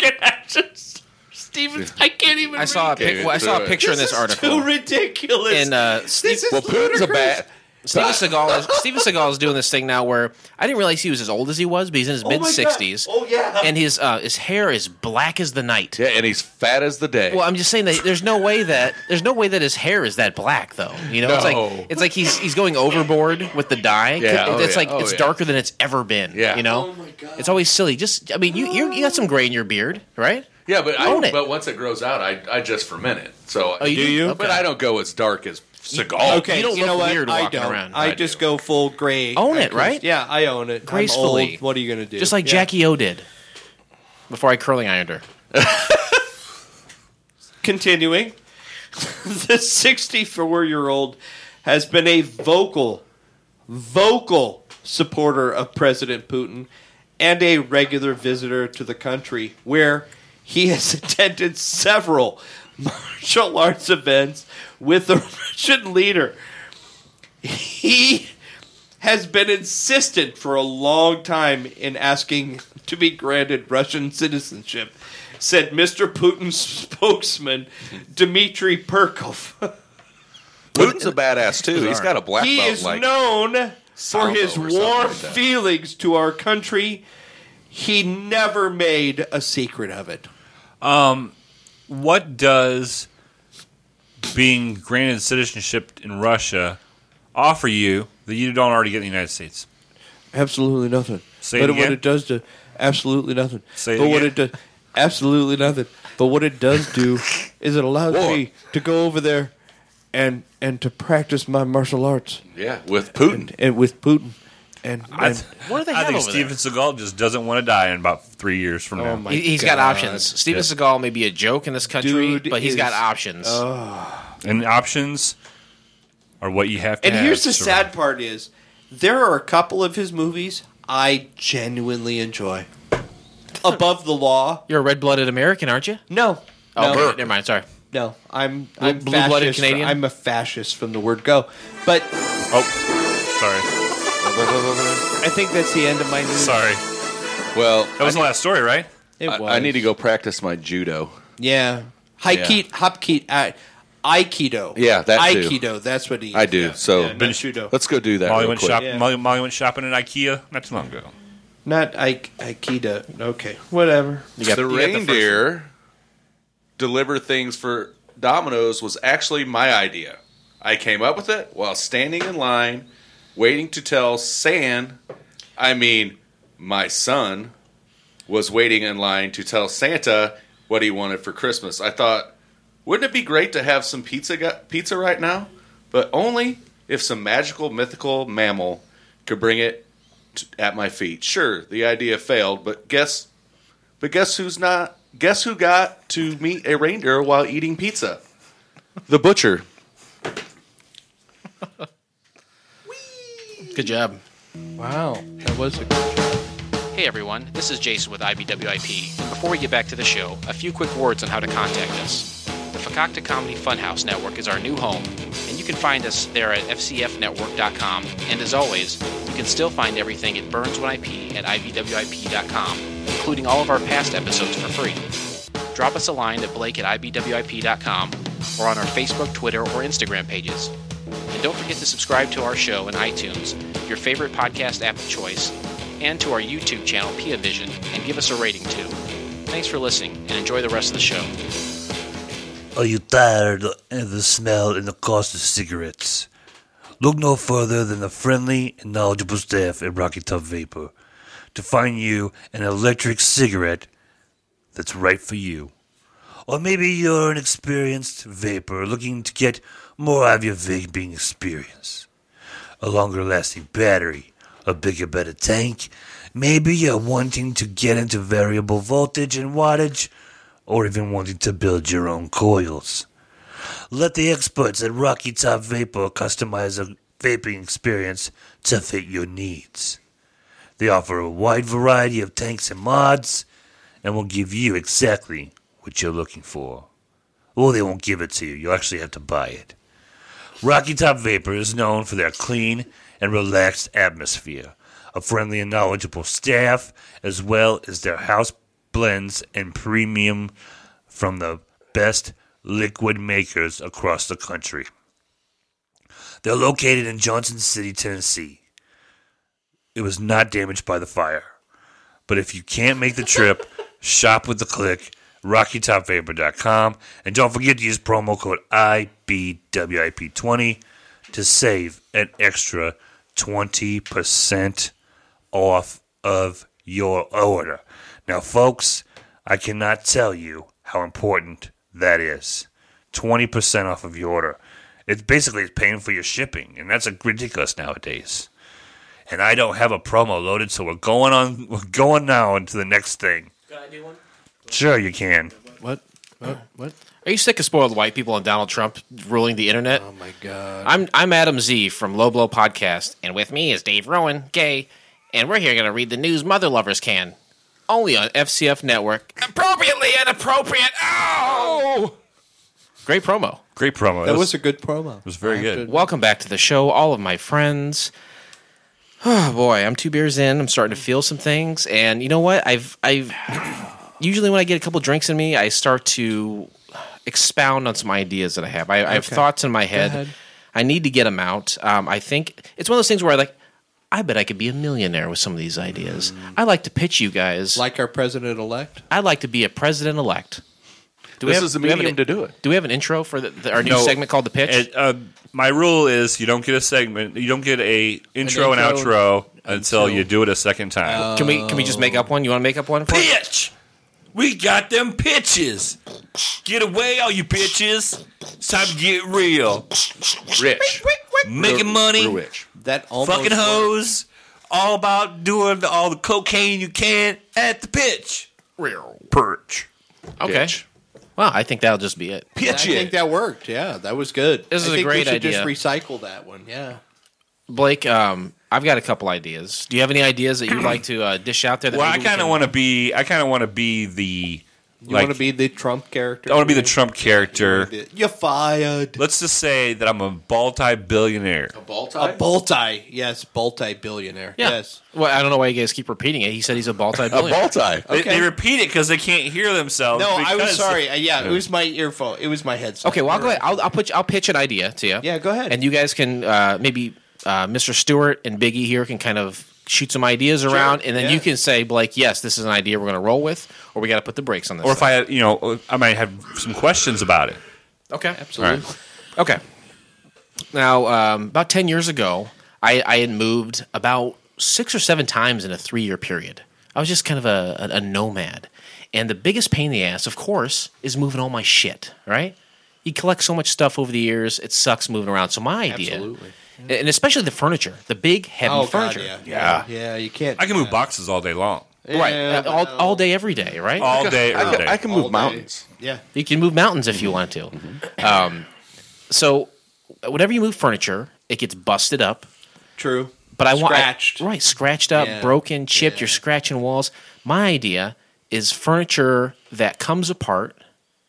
Speaker 4: American action stars. Steven, I can't even.
Speaker 2: I saw a
Speaker 5: Can't
Speaker 2: pic-
Speaker 5: even
Speaker 2: well, I saw
Speaker 5: do
Speaker 2: a
Speaker 5: it.
Speaker 2: picture in this
Speaker 4: is
Speaker 2: article.
Speaker 4: Too ridiculous.
Speaker 2: And uh,
Speaker 4: this
Speaker 2: Steve,
Speaker 4: is
Speaker 5: Well, Putin's a bad.
Speaker 2: Steven Seagal is Steven Seagal is doing this thing now where I didn't realize he was as old as he was, but he's in his
Speaker 4: my
Speaker 2: mid sixties.
Speaker 4: God. Oh, yeah.
Speaker 2: and his uh, his hair is black as the night.
Speaker 5: Yeah, and he's fat as the day.
Speaker 2: Well, I'm just saying that there's no way that there's no way that his hair is that black though. You know, it's
Speaker 5: No.
Speaker 2: like it's like he's he's going overboard with the dye.
Speaker 5: Yeah, oh,
Speaker 2: it's
Speaker 5: yeah,
Speaker 2: like
Speaker 5: oh,
Speaker 2: it's
Speaker 5: yeah.
Speaker 2: darker than it's ever been.
Speaker 5: Yeah.
Speaker 2: you know,
Speaker 4: Oh, my God.
Speaker 2: it's always silly. Just I mean, you you, you got some gray in your beard, right?
Speaker 5: yeah, but I,
Speaker 2: Own it.
Speaker 5: but once it grows out, I, I just ferment it. So
Speaker 2: Oh, you Do do? you?
Speaker 5: But
Speaker 2: Okay.
Speaker 5: I don't go as dark as
Speaker 4: Oh,
Speaker 5: Seagal.
Speaker 2: Okay. You don't
Speaker 4: know
Speaker 2: look
Speaker 4: what?
Speaker 2: weird
Speaker 4: I
Speaker 2: walking
Speaker 4: don't.
Speaker 2: around.
Speaker 4: I,
Speaker 5: I
Speaker 4: just
Speaker 5: do.
Speaker 4: go full gray.
Speaker 2: Own
Speaker 4: I
Speaker 2: it,
Speaker 4: just-
Speaker 2: right?
Speaker 4: Yeah, I own it. I'm
Speaker 2: Gracefully.
Speaker 4: old. What are you going to do?
Speaker 2: Just like
Speaker 4: Yeah.
Speaker 2: Jackie O did before I curling ironed her.
Speaker 4: Continuing, the 64 year old has been a vocal, vocal supporter of President Putin and a regular visitor to the country, where he has attended several martial arts events with the Russian leader. He has been insistent for a long time in asking to be granted Russian citizenship, said Mr. Putin's spokesman, Dmitry Perkov.
Speaker 5: Putin's a badass too. He's got a black
Speaker 4: He
Speaker 5: belt.
Speaker 4: is
Speaker 5: like
Speaker 4: known for
Speaker 5: Salvo
Speaker 4: his
Speaker 5: or something
Speaker 4: warm
Speaker 5: like that.
Speaker 4: feelings to our country. He never made a secret of it.
Speaker 3: what does being granted citizenship in Russia offer you that you don't already get in the United States?
Speaker 4: Absolutely nothing.
Speaker 3: Say
Speaker 4: but
Speaker 3: it
Speaker 4: what
Speaker 3: again?
Speaker 4: it does to absolutely nothing.
Speaker 3: Say it
Speaker 4: but what it
Speaker 3: again?
Speaker 4: does absolutely nothing. But what it does do is it allows
Speaker 5: War.
Speaker 4: me to go over there and and to practice my martial arts
Speaker 5: yeah, with Putin.
Speaker 4: and, and with Putin and,
Speaker 3: I,
Speaker 4: and
Speaker 2: What do they
Speaker 3: I
Speaker 2: have
Speaker 3: think
Speaker 2: over
Speaker 3: Steven
Speaker 2: there?
Speaker 3: Seagal just doesn't want to die in about three years from now.
Speaker 4: Oh my
Speaker 2: He, has got options. Steven Seagal may be a joke in this country,
Speaker 4: Dude
Speaker 2: but he's got
Speaker 4: is- uh,
Speaker 2: options.
Speaker 3: And options are what you have to
Speaker 4: And
Speaker 3: have
Speaker 4: here's the
Speaker 3: to
Speaker 4: sad part is there are a couple of his movies I genuinely enjoy. Above the Law.
Speaker 2: You're a red-blooded American, aren't you?
Speaker 4: No.
Speaker 2: Oh,
Speaker 4: no,
Speaker 2: okay, never mind. Sorry.
Speaker 4: no. I'm I'm
Speaker 2: Blue-blooded
Speaker 4: fascist.
Speaker 2: Canadian?
Speaker 4: I'm a fascist from the word go. But
Speaker 3: survive. Oh,
Speaker 4: I think that's the end of my news.
Speaker 3: sorry, sorry.
Speaker 5: Well,
Speaker 3: That was
Speaker 5: I,
Speaker 3: the last story, right?
Speaker 4: It
Speaker 5: I- I need to go practice my judo.
Speaker 4: Yeah. Haiki, Hopkeet, uh, Aikido.
Speaker 5: Yeah, that too.
Speaker 4: Aikido. That's what he.
Speaker 5: I do.
Speaker 4: yeah.
Speaker 5: so
Speaker 4: Yeah, not Shudo.
Speaker 5: let's go do that.
Speaker 3: Molly
Speaker 5: real
Speaker 3: went,
Speaker 5: quick.
Speaker 3: shop-
Speaker 4: Yeah.
Speaker 3: Molly, Molly went shopping at IKEA not too long ago.
Speaker 4: Not Aik- Aikido. Okay, whatever.
Speaker 2: You got-
Speaker 5: the
Speaker 2: you got first-
Speaker 5: reindeer deliver things for Domino's was actually my idea. I came up with it while standing in line, waiting to tell San, I mean, my son, was waiting in line to tell Santa what he wanted for Christmas. I thought, wouldn't it be great to have some pizza gu pizza right now? But only if some magical mythical mammal could bring it t- at my feet. Sure, the idea failed, but guess but guess who's not? Guess who got to meet a reindeer while eating pizza? The butcher.
Speaker 2: Good job.
Speaker 4: Wow, that was a good show.
Speaker 2: Hey everyone, this is Jason with IBWIP, and before we get back to the show, a few quick words on how to contact us. The Fakakta Comedy Funhouse Network is our new home, and you can find us there at fcfnetwork.com, and as always, you can still find everything at burns1ip at ibwip.com, including all of our past episodes for free. Drop us a line at blake at ibwip.com, or on our Facebook, Twitter, or Instagram pages. And don't forget to subscribe to our show in iTunes, your favorite podcast app of choice, and to our YouTube channel, Pia Vision, and give us a rating too. Thanks for listening and enjoy the rest of the show.
Speaker 7: Are you tired of the smell and the cost of cigarettes? Look no further than the friendly and knowledgeable staff at Rocky Top Vapor to find you an electric cigarette that's right for you. Or maybe you're an experienced vapor looking to get more out of your vaping experience. A longer lasting battery, a bigger, better tank. Maybe you're wanting to get into variable voltage and wattage or even wanting to build your own coils. Let the experts at Rocky Top Vapor customize a vaping experience to fit your needs. They offer a wide variety of tanks and mods and will give you exactly what you're looking for. Or they won't give it to you, you'll actually have to buy it. Rocky Top Vapor is known for their clean and relaxed atmosphere, a friendly and knowledgeable staff, as well as their house blends and premium from the best liquid makers across the country. They're located in Johnson City, Tennessee. It was not damaged by the fire. But if you can't make the trip, shop with the click, rockytopvapor.com, and don't forget to use promo code IBWIP20 to save an extra 20% off of your order. Now, folks, I cannot tell you how important that is. 20% off of your order. It's basically paying for your shipping, and that's ridiculous nowadays and I don't have a promo loaded, so we're going on. We're going now into the next thing. Can I do one? Sure, you can.
Speaker 4: What? What? What?
Speaker 2: Are you sick of spoiled white people and Donald Trump ruling the internet?
Speaker 4: Oh my god!
Speaker 2: I'm I'm Adam Z from Low Blow Podcast, and with me is Dave Rowan, gay, and we're here going to read the news mother lovers can. Only on FCF Network. Appropriately inappropriate. Oh! Great promo.
Speaker 3: Great promo.
Speaker 4: That was a good promo.
Speaker 3: was very good.
Speaker 2: Welcome back to the show, all of my friends. Oh boy, I'm two beers in. I'm starting to feel some things, and you know what? I've I've usually when I get a couple drinks in me, I start to expound on some ideas that I have. I, I have thoughts in my head.
Speaker 4: ahead.
Speaker 2: I need to get them out. Um, I think it's one of those things where I like. I bet I could be a millionaire with some of these ideas. I like to pitch you guys.
Speaker 4: Mm. Like our president elect.
Speaker 2: I like to be a president elect. Do
Speaker 5: This is the
Speaker 2: do have an-
Speaker 5: medium to do it.
Speaker 2: Do we have an intro for the, the- our new
Speaker 3: No.
Speaker 2: segment called the pitch?
Speaker 3: And, uh, my rule is you don't get a segment. You don't get a intro and
Speaker 4: intro Oh.
Speaker 3: outro until you do it a second time.
Speaker 2: Can we can we just make
Speaker 5: um,
Speaker 2: up one? You want to make up one? For us?
Speaker 7: Bitch, we got them pitches. Get away, all you bitches! It's time to get real.
Speaker 5: Rich.
Speaker 7: Making money,
Speaker 5: Real rich.
Speaker 4: That almost
Speaker 7: fucking
Speaker 4: worked.
Speaker 7: hoes, all about doing the, all the cocaine you can at the pitch. Perch.
Speaker 2: Okay. Well, I think that'll just be it.
Speaker 4: I think that worked. Yeah, that was good.
Speaker 2: This
Speaker 4: I
Speaker 2: is a
Speaker 4: think
Speaker 2: great
Speaker 4: we should Just
Speaker 2: idea.
Speaker 4: recycle that one. Yeah.
Speaker 2: Blake, um, I've got a couple ideas. Do you have any ideas that you'd like to uh, dish out there? That
Speaker 3: Well, I
Speaker 2: maybe we
Speaker 3: kind of
Speaker 2: can-
Speaker 3: want to be. I kind of want to be the
Speaker 4: You want to be the Trump character?
Speaker 3: I want to be the Trump character.
Speaker 4: You're fired.
Speaker 3: Let's just say that I'm a multi billionaire.
Speaker 5: Ball
Speaker 4: A multi, yes, multi billionaire.
Speaker 2: Yeah.
Speaker 4: Yes.
Speaker 2: Well, I don't know why you guys keep repeating it. He said he's a ball type.
Speaker 5: A ball tie.
Speaker 3: They,
Speaker 4: Okay.
Speaker 3: they repeat it because they can't hear themselves.
Speaker 4: No, I was
Speaker 3: because-
Speaker 4: sorry. Uh, yeah, it was my earphone. It was my headset.
Speaker 2: Um, Okay, well, I'll go
Speaker 4: You're
Speaker 2: ahead. I'll, I'll put. You, I'll pitch an idea to you.
Speaker 4: Yeah, go ahead.
Speaker 2: And you guys can uh, maybe uh, Mr. Stewart and Biggie here can kind of shoot some ideas around, and then
Speaker 4: yeah.
Speaker 2: you can say Blake, yes, this is an idea we're going to roll with, or we got to put the brakes on this.
Speaker 3: Or if I, you know, I might have some questions about it.
Speaker 2: okay, absolutely. Okay. Now, um, about ten years ago, I, I had moved about six or seven times in a three-year period. I was just kind of a, a, a nomad, and the biggest pain in the ass, of course, is moving all my shit. Right? You collect so much stuff over the years; it sucks moving around. So my idea,
Speaker 4: Absolutely.
Speaker 2: and especially the furniture, the big heavy
Speaker 4: Oh, God,
Speaker 2: furniture,
Speaker 4: yeah. yeah. Yeah, you can't.
Speaker 3: I can move
Speaker 4: do that.
Speaker 3: boxes all day long,
Speaker 2: right?
Speaker 4: Yeah,
Speaker 2: Uh, all,
Speaker 4: but no.
Speaker 2: all day, every day, right?
Speaker 3: all day, every
Speaker 5: I
Speaker 3: day.
Speaker 5: can, I can move
Speaker 4: All day.
Speaker 5: mountains.
Speaker 4: Yeah.
Speaker 2: You can move mountains if you want to. Um,
Speaker 4: Mm-hmm.
Speaker 2: so, whenever you move furniture, it gets busted up.
Speaker 4: True.
Speaker 2: But I want I-
Speaker 4: Scratched.
Speaker 2: right, scratched up,
Speaker 4: Yeah.
Speaker 2: broken, chipped. You're
Speaker 4: Yeah.
Speaker 2: scratching walls. My idea is furniture that comes apart,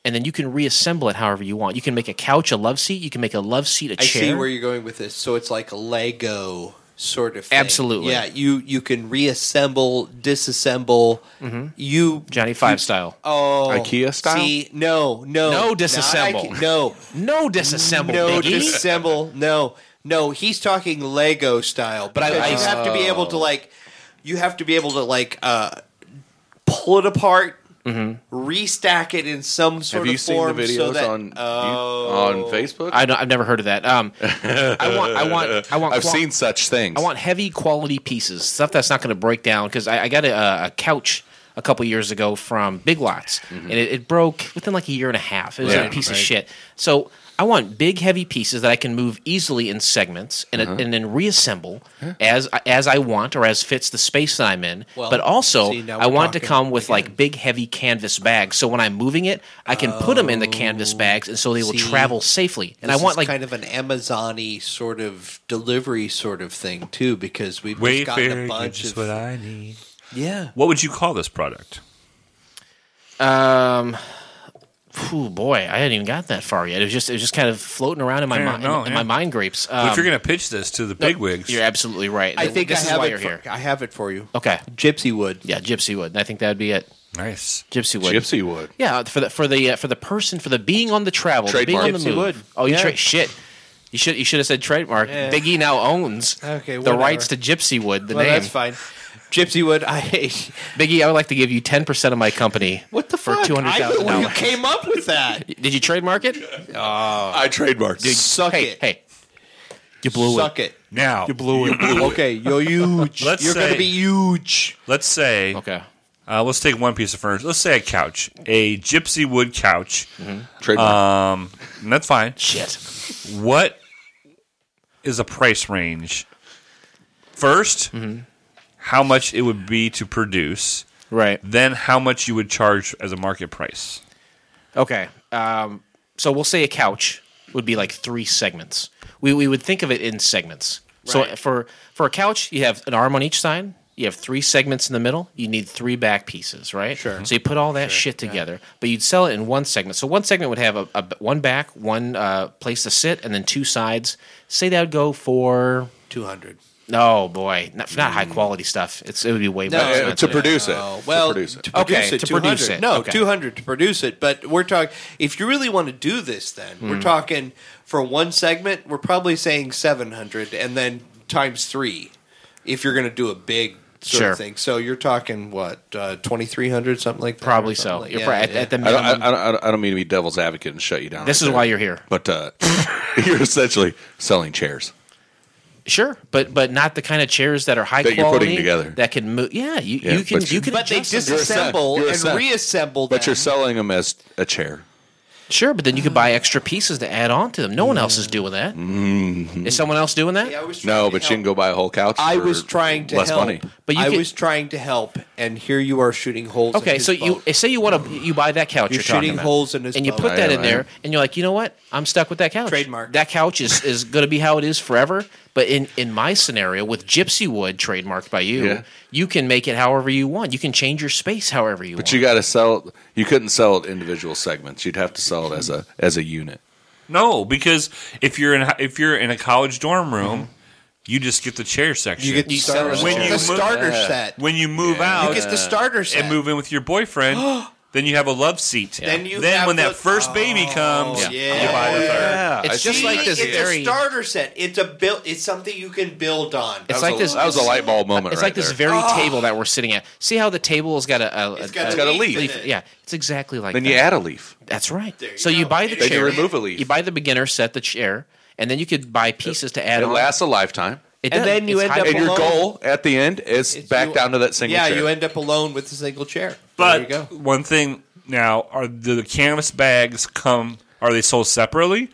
Speaker 2: and then you can reassemble it however you want. You can make a couch, a love seat. You can make a love seat, a
Speaker 4: I
Speaker 2: chair.
Speaker 4: see where you're going with this. So it's like a Lego sort of thing.
Speaker 2: Absolutely.
Speaker 4: Yeah, you you can reassemble, disassemble.
Speaker 2: Mm-hmm.
Speaker 4: You
Speaker 2: Johnny Five style.
Speaker 4: oh
Speaker 5: IKEA style?
Speaker 4: See, no, no,
Speaker 2: No
Speaker 4: not
Speaker 2: disassemble.
Speaker 4: Ikea- no,
Speaker 2: No disassemble,
Speaker 4: no,
Speaker 2: Biggie.
Speaker 4: disassemble. No, no. He's talking Lego style, but I,
Speaker 2: I-
Speaker 4: you have to be able
Speaker 2: Oh.
Speaker 4: to like, you have to be able to like uh, pull it apart,
Speaker 2: Mm-hmm.
Speaker 4: restack it in some sort
Speaker 5: Have
Speaker 4: of
Speaker 5: you seen the
Speaker 4: form
Speaker 5: videos
Speaker 4: so that,
Speaker 5: on
Speaker 4: Oh.
Speaker 5: on Facebook?
Speaker 2: I don't, I've never heard of that. Um, I want. I want. I want.
Speaker 5: have
Speaker 2: qua-
Speaker 5: seen such things.
Speaker 2: I want heavy quality pieces, stuff that's not going to break down. Because I, I got a, a couch a couple years ago from Big Lots,
Speaker 4: Mm-hmm.
Speaker 2: and it, it broke within like a year and a half. It was
Speaker 3: Yeah,
Speaker 2: a piece
Speaker 3: right.
Speaker 2: of shit. So I want big, heavy pieces that I can move easily in segments and, it-
Speaker 4: Uh-huh.
Speaker 2: and then reassemble as as I want or as fits the space that I'm in.
Speaker 4: Well,
Speaker 2: but also,
Speaker 4: see, now
Speaker 2: I
Speaker 4: we're
Speaker 2: want to
Speaker 4: talking
Speaker 2: come with
Speaker 4: again.
Speaker 2: like big, heavy canvas bags. So when I'm moving it, I can put them in the canvas bags, and so they will
Speaker 4: Oh, See,
Speaker 2: travel safely. And
Speaker 4: This
Speaker 2: I want
Speaker 4: is
Speaker 2: like
Speaker 4: kind of an Amazon-y sort of delivery sort of thing too, because we've just gotten
Speaker 3: Wayfair,
Speaker 4: a
Speaker 3: you're
Speaker 4: bunch
Speaker 7: Just
Speaker 4: of
Speaker 7: what I need.
Speaker 4: yeah.
Speaker 3: What would you call this product?
Speaker 2: Um, phew, boy, I hadn't even got that far yet. It was just it was just kind of floating around in my
Speaker 3: Yeah,
Speaker 2: mind,
Speaker 3: no,
Speaker 2: in
Speaker 3: yeah.
Speaker 2: my mind grapes. Um,
Speaker 3: But if you're going to pitch this to the bigwigs,
Speaker 2: you're absolutely right.
Speaker 4: I think
Speaker 2: this
Speaker 4: I
Speaker 2: is
Speaker 4: have
Speaker 2: why
Speaker 4: it
Speaker 2: you're
Speaker 4: for,
Speaker 2: here.
Speaker 4: I have it for you.
Speaker 2: Okay,
Speaker 4: Gypsy wood.
Speaker 2: yeah, Gypsy Wood. I think that'd be it.
Speaker 3: nice.
Speaker 2: Gypsy Wood.
Speaker 5: Gypsy wood.
Speaker 2: Yeah, for the for the uh, for the person for the being on the travel, the being on the
Speaker 5: Trademark.
Speaker 2: move.
Speaker 4: Gypsy Wood.
Speaker 2: Oh, you
Speaker 4: Yeah.
Speaker 2: tra- shit. You should you should have said trademark.
Speaker 4: Yeah.
Speaker 2: Big E now owns
Speaker 4: Okay,
Speaker 2: the
Speaker 4: whatever.
Speaker 2: rights to Gypsy Wood. The
Speaker 4: Well,
Speaker 2: name
Speaker 4: that's fine. Gypsy wood. I
Speaker 2: Big E. I would like to give you ten percent of my company.
Speaker 4: what the
Speaker 2: for
Speaker 4: fuck?
Speaker 2: two hundred
Speaker 4: I don't
Speaker 2: thousand
Speaker 4: know who
Speaker 2: dollars?
Speaker 4: came up with that?
Speaker 2: Did you trademark it?
Speaker 5: I trademarked.
Speaker 4: Suck
Speaker 2: hey,
Speaker 4: it.
Speaker 2: hey, you blew it.
Speaker 4: Suck it.
Speaker 3: Now,
Speaker 4: Okay, you're huge.
Speaker 3: Let's
Speaker 4: you're
Speaker 3: say-
Speaker 4: gonna be huge.
Speaker 3: let's say,
Speaker 2: Okay.
Speaker 3: uh, let's take one piece of furniture. Let's say a couch, a gypsy wood couch.
Speaker 4: Mm-hmm.
Speaker 3: Um,
Speaker 5: Trademark.
Speaker 3: And that's fine.
Speaker 2: Shit.
Speaker 3: What is a price range? 1st
Speaker 4: Mm-hmm.
Speaker 3: how much it would be to produce,
Speaker 2: Right.
Speaker 3: then how much you would charge as a market price.
Speaker 2: Okay. Um, so we'll say a couch would be like three segments. We we would think of it in segments. So for for a couch, you have an arm on each side. You have three segments in the middle. You need three back pieces, right? Sure. So you put all that shit together, but you'd sell it in one segment. So one segment would have a, a one back, one uh, place to sit, and then two sides. Say that would go for
Speaker 4: Two hundred.
Speaker 2: oh boy, not, not high quality stuff. It's it would be way more
Speaker 4: Uh,
Speaker 5: to
Speaker 2: expensive.
Speaker 5: produce it.
Speaker 4: Oh, well,
Speaker 5: to produce it.
Speaker 2: Okay,
Speaker 4: it,
Speaker 2: to produce
Speaker 4: 200.
Speaker 2: it.
Speaker 4: No,
Speaker 2: Okay.
Speaker 4: 200 to produce it. But we're talking, if you really want to do this, then
Speaker 2: Hmm.
Speaker 4: we're talking for one segment, we're probably saying 700 and then times three if you're going to do a big sort
Speaker 2: Sure.
Speaker 4: of thing. So you're talking, what, uh, 2300, something like that? or
Speaker 2: Probably
Speaker 4: something
Speaker 2: so.
Speaker 4: like-
Speaker 2: You're
Speaker 4: yeah,
Speaker 2: probably- at,
Speaker 4: yeah.
Speaker 2: at the
Speaker 5: I don't,
Speaker 2: minimum,
Speaker 5: I, don't- I don't, I don't mean to be devil's advocate and shut you down.
Speaker 2: this is
Speaker 5: right there.
Speaker 2: why you're here.
Speaker 5: But uh, you're essentially selling chairs.
Speaker 2: Sure, but but not the kind of chairs that are high
Speaker 5: That you're
Speaker 2: quality
Speaker 5: putting together.
Speaker 2: that can move. Yeah, you,
Speaker 5: Yeah,
Speaker 2: you can
Speaker 5: but
Speaker 2: you
Speaker 5: you-
Speaker 2: can.
Speaker 4: but they
Speaker 2: adjust them.
Speaker 4: disassemble
Speaker 5: You're a
Speaker 4: and
Speaker 5: set.
Speaker 4: reassemble them.
Speaker 5: But you're selling them as a chair.
Speaker 2: sure, but then you could buy extra pieces to add on to them. No one else is doing that. Is
Speaker 5: Mm-hmm.
Speaker 2: someone else doing that?
Speaker 4: Yeah, I was trying
Speaker 5: No,
Speaker 4: to
Speaker 5: but you
Speaker 4: help.
Speaker 5: can go buy a whole couch.
Speaker 4: I
Speaker 5: for
Speaker 4: was trying to
Speaker 5: less
Speaker 4: help,
Speaker 5: money.
Speaker 2: But you
Speaker 4: I
Speaker 2: can-
Speaker 4: was trying to help, and here you are shooting holes. in
Speaker 2: okay,
Speaker 4: his
Speaker 2: so you eh,
Speaker 4: boat.
Speaker 2: say you want to you buy that couch. You're,
Speaker 4: You're
Speaker 2: talking
Speaker 4: shooting
Speaker 2: about,
Speaker 4: holes in his
Speaker 2: and you
Speaker 4: boat.
Speaker 2: put
Speaker 4: I
Speaker 2: that in
Speaker 5: am, I am.
Speaker 2: there, and you're like, you know what? I'm stuck with that couch.
Speaker 4: Trademark.
Speaker 2: That couch is is going to be how it is forever. But in, in my scenario, with Gypsy Wood trademarked by you,
Speaker 5: Yeah.
Speaker 2: you can make it however you want. You can change your space however you
Speaker 5: But
Speaker 2: want.
Speaker 5: you got to sell. it- You couldn't sell it individual segments. You'd have to sell it as a as a unit.
Speaker 3: No, because if you're in if you're in a college dorm room, you just get the chair section.
Speaker 4: Mm-hmm. You get the
Speaker 2: You
Speaker 4: starter
Speaker 2: sell
Speaker 4: set.
Speaker 2: when you
Speaker 4: the
Speaker 3: move-
Speaker 4: starter set.
Speaker 3: when you move out
Speaker 4: you get the starter set.
Speaker 3: and move in with your boyfriend, then you have a love seat.
Speaker 4: Then you
Speaker 3: then
Speaker 4: have
Speaker 3: when
Speaker 4: the- Oh,
Speaker 3: that first baby comes,
Speaker 4: yeah.
Speaker 3: you buy the third.
Speaker 2: it's just
Speaker 4: See,
Speaker 2: like this
Speaker 4: it's
Speaker 2: very
Speaker 4: a starter set. It's a build. It's something you can build on.
Speaker 2: It's
Speaker 5: That was
Speaker 2: like
Speaker 5: a-
Speaker 2: this-
Speaker 5: That was a light bulb moment.
Speaker 2: It's
Speaker 5: right
Speaker 2: like this
Speaker 5: there. Ah.
Speaker 2: very table that we're sitting at. See how the table has got a, a,
Speaker 4: It's
Speaker 2: a-
Speaker 4: got
Speaker 5: a leaf
Speaker 4: in it.
Speaker 2: Yeah, it's exactly like
Speaker 5: Then
Speaker 2: that.
Speaker 5: you add a leaf.
Speaker 2: That's right.
Speaker 4: There you
Speaker 2: so you
Speaker 4: go.
Speaker 2: buy the
Speaker 4: Then
Speaker 5: Then you
Speaker 2: chair.
Speaker 5: remove a leaf.
Speaker 2: You buy the beginner set, the chair, and then you could buy pieces to add
Speaker 5: it
Speaker 2: on.
Speaker 5: lasts a lifetime.
Speaker 2: It
Speaker 4: And
Speaker 2: does.
Speaker 4: then you
Speaker 2: It's
Speaker 4: end
Speaker 2: high
Speaker 4: up
Speaker 5: And your
Speaker 4: Alone.
Speaker 5: goal at the end is
Speaker 4: It's-
Speaker 5: back
Speaker 4: you-
Speaker 5: down to that single
Speaker 4: yeah,
Speaker 5: chair.
Speaker 4: you end up alone with a single chair. there you
Speaker 3: But
Speaker 4: go.
Speaker 3: one thing now are do the canvas bags come? Are they sold separately?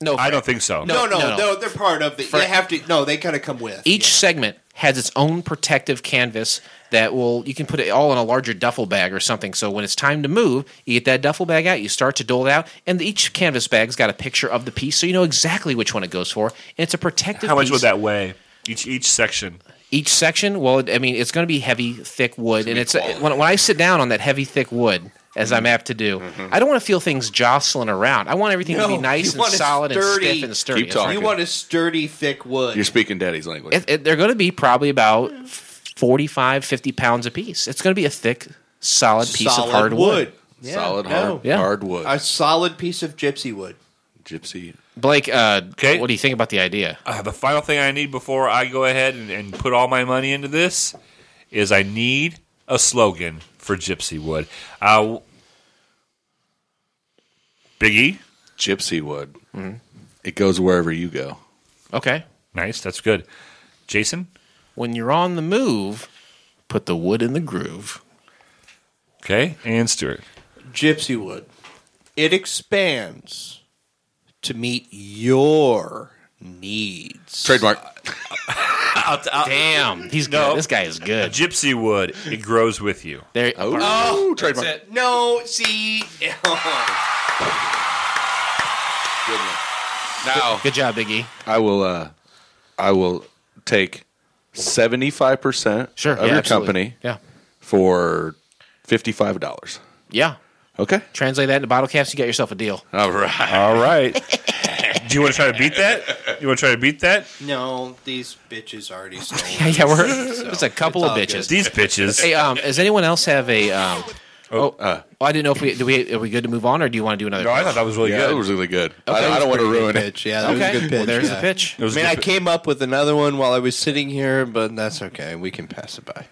Speaker 2: no,
Speaker 3: I
Speaker 2: Frank.
Speaker 3: don't think so.
Speaker 4: No,
Speaker 2: No,
Speaker 4: no, no,
Speaker 2: no.
Speaker 4: They're part of the. they have to. No, they kind of come with.
Speaker 2: Each segment has its own protective canvas that will you can put it all in a larger duffel bag or something. So when it's time to move, you get that duffel bag out, you start to dole it out, and each canvas bag's got a picture of the piece, so you know exactly which one it goes for. And it's a protective.
Speaker 3: How much
Speaker 2: piece.
Speaker 3: would that weigh? Each each section.
Speaker 2: each section well it- i mean it's going to be heavy thick wood and it's
Speaker 5: quality.
Speaker 2: when, when i sit down on that heavy thick wood as i'm apt to do i don't want to feel things jostling around i want everything to be
Speaker 4: No,
Speaker 2: nice
Speaker 4: you
Speaker 2: and
Speaker 4: want it
Speaker 2: solid and
Speaker 4: sturdy.
Speaker 2: stiff and sturdy
Speaker 5: Keep
Speaker 2: That's right.
Speaker 5: talking.
Speaker 4: You want a sturdy, thick wood.
Speaker 5: You're speaking daddy's language.
Speaker 2: It- it- they're going to be probably about 45 50 pounds a piece it's going to be a thick solid piece
Speaker 4: solid
Speaker 2: of hard wood,
Speaker 4: Yeah,
Speaker 5: Solid hard,
Speaker 2: Yeah.
Speaker 5: hard wood.
Speaker 4: A solid piece of gypsy wood.
Speaker 5: Gypsy.
Speaker 2: blake uh,
Speaker 3: Okay.
Speaker 2: what do you think about the idea
Speaker 3: Uh, the final thing I need before I go ahead and, and put all my money into this is I need a slogan for Gypsy Wood. Uh, Biggie,
Speaker 5: Gypsy wood.
Speaker 4: Mm-hmm.
Speaker 5: It goes wherever you go.
Speaker 2: okay
Speaker 3: nice, that's good. Jason,
Speaker 2: when you're on the move put the wood in the groove
Speaker 3: okay, and Stuart.
Speaker 4: Gypsy wood. It expands to meet your needs.
Speaker 5: Trademark.
Speaker 2: damn he's good this guy is good
Speaker 3: Gypsy Wood, it grows with you.
Speaker 2: there,
Speaker 5: Oh, trademark.
Speaker 2: it.
Speaker 4: No, see.
Speaker 5: Good one. Now
Speaker 2: good job biggie
Speaker 5: I will. Uh, I will take seventy five percent
Speaker 2: Sure.
Speaker 5: of
Speaker 2: yeah,
Speaker 5: your
Speaker 2: absolutely.
Speaker 5: company
Speaker 2: Yeah.
Speaker 5: for fifty five dollars.
Speaker 2: Yeah.
Speaker 5: Okay.
Speaker 2: Translate that into bottle caps, you got yourself a deal.
Speaker 5: All right.
Speaker 3: All right. Do you want to try to beat that? You want to try to beat that?
Speaker 4: no, these bitches already stole.
Speaker 2: Yeah, yeah, we're it's a couple
Speaker 4: it's
Speaker 2: of
Speaker 4: all good.
Speaker 2: bitches.
Speaker 3: These bitches.
Speaker 2: Hey, um, does anyone else have a um Oh, oh, I didn't know if we do we are we good to move on or do you want to do another?
Speaker 3: No, I thought that was really
Speaker 5: Yeah, that
Speaker 3: good.
Speaker 5: was really good. I, I don't want to ruin it.
Speaker 4: pitch. Yeah, that
Speaker 2: okay.
Speaker 4: was a good pitch.
Speaker 2: Well, there's
Speaker 4: yeah.
Speaker 2: the pitch.
Speaker 3: It was
Speaker 4: I mean,
Speaker 3: a
Speaker 4: I
Speaker 3: good-
Speaker 4: came up with another one while I was sitting here, but that's okay. We can pass it by.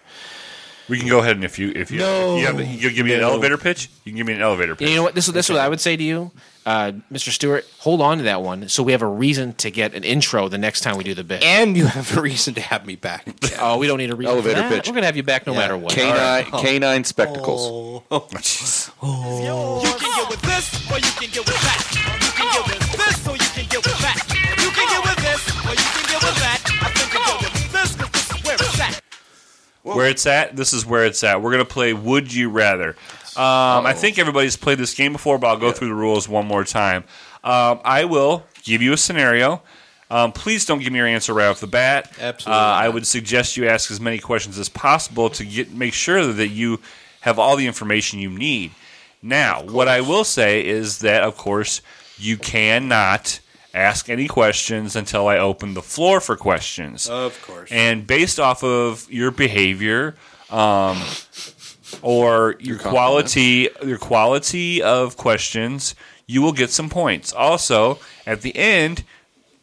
Speaker 3: we can go ahead and if you if you,
Speaker 4: No.
Speaker 3: if you, have, you give me an elevator pitch, you can give me an elevator pitch.
Speaker 2: You know what? This is this is what I would say to you, uh, Mr. Stewart. Hold on to that one, so we have a reason to get an intro the next time we do the bit.
Speaker 4: And you have a reason to have me back.
Speaker 2: oh, we don't need a reason. for
Speaker 5: Elevator
Speaker 2: that.
Speaker 5: pitch.
Speaker 2: We're gonna have you back no matter what.
Speaker 5: Canine, canine spectacles.
Speaker 3: Jeez.
Speaker 8: You can get with this, or you can get with that. You can get with this, or you can get with that. You can get with this, or you can get with that. I think you can get with this, because this is where it's at.
Speaker 3: Where it's at, this is where it's at. We're gonna play Would You Rather. Um, I think everybody's played this game before, but I'll go through the rules one more time. Um, I will give you a scenario. Um, please don't give me your answer right off the bat.
Speaker 4: Absolutely
Speaker 3: Uh, I
Speaker 4: not.
Speaker 3: would suggest you ask as many questions as possible to get make sure that you have all the information you need. Now, what I will say is that, of course, you cannot ask any questions until I open the floor for questions.
Speaker 4: Of course.
Speaker 3: And based off of your behavior, um, or your, quality, your quality of questions, you will get some points. Also, at the end,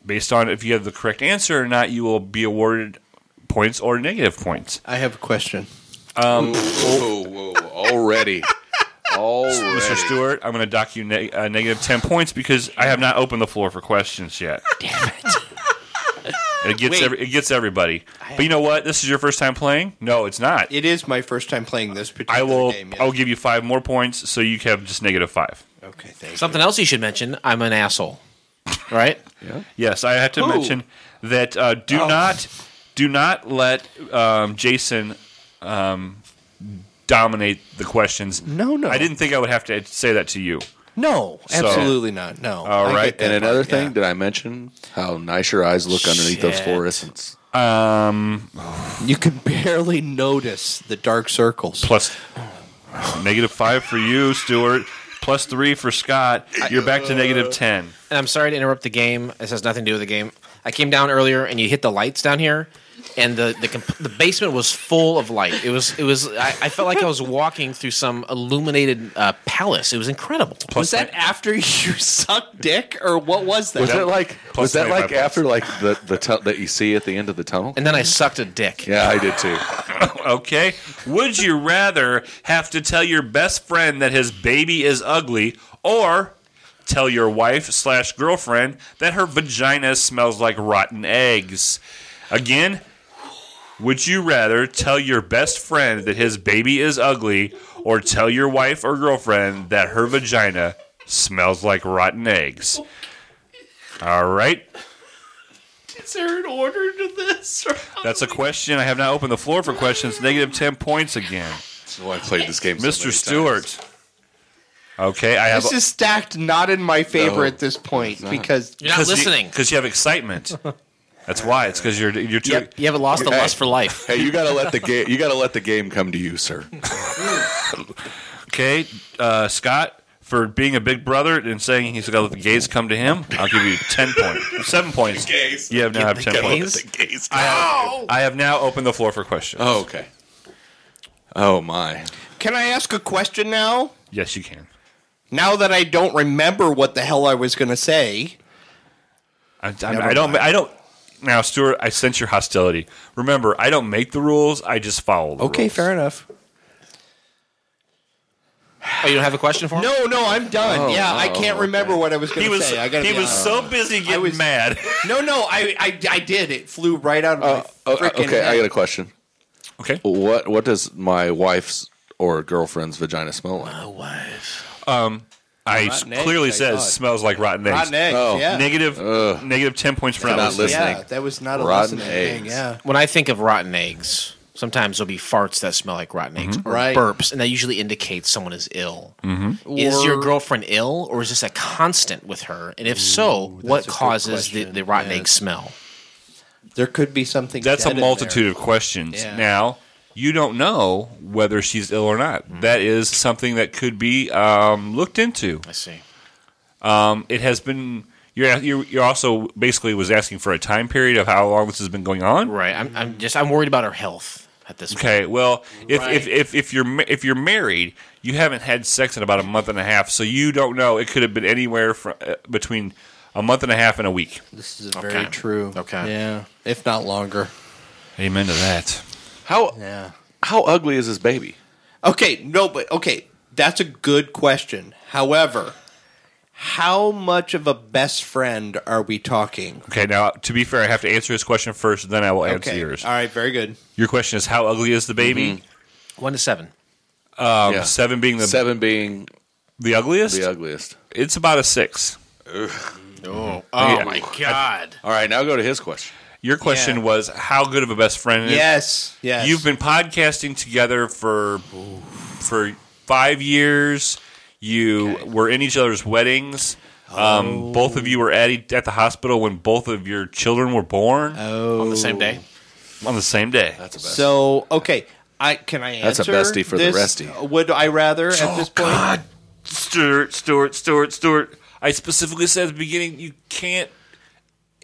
Speaker 3: based on if you have the correct answer or not, you will be awarded points or negative points.
Speaker 4: I have a question.
Speaker 5: Whoa, whoa, whoa. already,
Speaker 3: Mr.
Speaker 5: already.
Speaker 3: Stewart, I'm going to dock you neg uh, negative 10 points because I have not opened the floor for questions yet. Damn it. It gets every, it gets everybody. But you know what? This is your first time playing? No, it's not.
Speaker 4: It is my first time playing this particular
Speaker 3: I will
Speaker 4: game.
Speaker 3: I will give you 5 more points so you have just negative 5.
Speaker 4: Okay, thank
Speaker 2: Something else you should mention. I'm an asshole. Right?
Speaker 3: Yes, I have to mention that uh, do not do not let um, Jason um, dominate the questions.
Speaker 4: No, no.
Speaker 3: I didn't think I would have to say that to you.
Speaker 4: No,
Speaker 3: So-
Speaker 4: absolutely not. No.
Speaker 5: All
Speaker 4: I
Speaker 5: right.
Speaker 4: get that
Speaker 5: And
Speaker 4: part,
Speaker 5: another thing,
Speaker 4: yeah.
Speaker 5: did I mention how nice your eyes look underneath those
Speaker 2: Shit.
Speaker 5: fluorescents?
Speaker 3: Um,
Speaker 4: you can barely notice the dark circles.
Speaker 3: plus negative five for you, Stuart. Plus three for Scott. You're back to negative ten.
Speaker 2: And I'm sorry to interrupt the game. This has nothing to do with the game. I came down earlier and you hit the lights down here, and the the, comp- the basement was full of light. It was it was. I, I felt like I was walking through some illuminated uh, palace. It was incredible.
Speaker 4: was that after you sucked dick, or what was that?
Speaker 5: Was that like
Speaker 3: Plus
Speaker 5: was that
Speaker 3: 25
Speaker 5: like
Speaker 3: bucks.
Speaker 5: after like the the tu- that you see at the end of the tunnel?
Speaker 2: And then I sucked a dick.
Speaker 5: Yeah, I did too.
Speaker 3: Okay. Would you rather have to tell your best friend that his baby is ugly, or tell your wife slash girlfriend that her vagina smells like rotten eggs? Again, would you rather tell your best friend that his baby is ugly, or tell your wife or girlfriend that her vagina smells like rotten eggs? All right. That's a question. I have not opened the floor for questions. Negative 10 points again.
Speaker 5: So I played this game, so many
Speaker 3: Mr.
Speaker 5: times.
Speaker 3: Stewart. Okay, I have
Speaker 4: This is stacked not in my favor
Speaker 5: No,
Speaker 4: at this point because
Speaker 2: You're not listening.
Speaker 3: because you have excitement. That's why. It's because you're you're too.
Speaker 2: Yep, you haven't lost the
Speaker 5: Hey.
Speaker 2: lust for life.
Speaker 5: Hey, you gotta let the game. You gotta let the game come to you, sir.
Speaker 3: Okay, uh, Scott, for being a big brother and saying he's got to let the gays come to him, I'll give you ten points, seven points.
Speaker 5: Gays.
Speaker 3: You have now have
Speaker 2: The
Speaker 3: ten points.
Speaker 2: gays?
Speaker 5: Gays.
Speaker 3: I have now opened the floor for questions.
Speaker 5: Oh, okay. Oh my.
Speaker 4: Can I ask a question now?
Speaker 3: yes, you can.
Speaker 4: Now that I don't remember what the hell I was going to say,
Speaker 3: I, I, I don't. I don't. Now, Stuart, I sense your hostility. Remember, I don't make the rules; I just follow the
Speaker 4: Okay,
Speaker 3: rules.
Speaker 4: fair enough.
Speaker 2: Oh, you don't have a question for me?
Speaker 4: No, no, I'm done. yeah, I can't remember what I was going
Speaker 3: He
Speaker 4: to
Speaker 3: was
Speaker 4: say. I gotta
Speaker 3: he
Speaker 4: be
Speaker 3: was
Speaker 4: honest.
Speaker 3: so busy getting
Speaker 4: was-
Speaker 3: mad.
Speaker 4: no, no, I, I, I did. It flew right out of
Speaker 5: Uh,
Speaker 4: my
Speaker 5: oh,
Speaker 4: freaking.
Speaker 5: okay, I
Speaker 4: head.
Speaker 5: got a question.
Speaker 3: Okay.
Speaker 5: What What does my wife's or girlfriend's vagina smell like?
Speaker 3: I
Speaker 4: Rotten eggs,
Speaker 3: clearly
Speaker 4: I
Speaker 3: says
Speaker 4: thought.
Speaker 3: smells like rotten eggs.
Speaker 4: Rotten eggs.
Speaker 5: Oh,
Speaker 4: yeah.
Speaker 3: Negative- negative ten points for
Speaker 5: Not
Speaker 3: not listening.
Speaker 5: listening.
Speaker 4: Yeah, that was not a
Speaker 5: Rotten
Speaker 4: rotten thing.
Speaker 5: eggs.
Speaker 4: Yeah.
Speaker 2: When I think of rotten eggs, sometimes there'll be farts that smell like rotten eggs or
Speaker 4: Right.
Speaker 2: burps, and that usually indicates someone is ill. Is your girlfriend ill, or is this a constant with her? And if so, what causes the,
Speaker 4: question.
Speaker 2: the rotten
Speaker 4: Yeah.
Speaker 2: egg smell?
Speaker 4: There could be something.
Speaker 3: That's
Speaker 4: dead
Speaker 3: a
Speaker 4: in
Speaker 3: multitude
Speaker 4: there.
Speaker 3: of questions.
Speaker 4: Yeah.
Speaker 3: Now you don't know whether she's ill or not. That is something that could be um, looked into.
Speaker 2: I see.
Speaker 3: Um, it has been. You're, you're you're also basically was asking for a time period of how long this has been going on.
Speaker 2: Right. I'm, I'm just I'm worried about her health at this point.
Speaker 3: Okay, well, if, if, if, if you're ma- if you're married, you haven't had sex in about a month and a half, so you don't know. It could have been anywhere from uh, between a month and a half and a week.
Speaker 4: This is very true.
Speaker 2: Okay.
Speaker 4: Yeah, if not longer.
Speaker 3: Amen to that.
Speaker 5: How
Speaker 4: Yeah.
Speaker 5: How ugly is this baby?
Speaker 4: Okay, no, but okay, that's a good question. However, how much of a best friend are we talking?
Speaker 3: Okay, now to be fair, I have to answer his question first, then I will answer
Speaker 4: Okay,
Speaker 3: yours.
Speaker 4: all right, very good.
Speaker 3: Your question is how ugly is the baby?
Speaker 2: One to seven.
Speaker 3: Um,
Speaker 5: Mm-hmm. Yeah.
Speaker 3: Seven being the
Speaker 5: Seven being
Speaker 3: the ugliest.
Speaker 5: the ugliest.
Speaker 3: It's about a six.
Speaker 5: Mm-hmm.
Speaker 2: Oh,
Speaker 3: Yeah.
Speaker 2: my god.
Speaker 5: All right, now go to his question.
Speaker 3: Your question was how good of a best friend? is-
Speaker 4: Yes, yes.
Speaker 3: You've been podcasting together for for five years. You were in each other's weddings.
Speaker 2: Oh.
Speaker 3: Um, Both of you were at e- at the hospital when both of your children were born
Speaker 4: Oh.
Speaker 2: On the same day.
Speaker 3: on the same day.
Speaker 5: That's a best.
Speaker 4: so okay. I can I
Speaker 5: That's
Speaker 4: answer
Speaker 5: a bestie for the
Speaker 4: this?
Speaker 5: restie.
Speaker 4: Would I rather
Speaker 3: Oh,
Speaker 4: at this point?
Speaker 3: Stuart, Stuart, Stuart, Stuart. I specifically said at the beginning you can't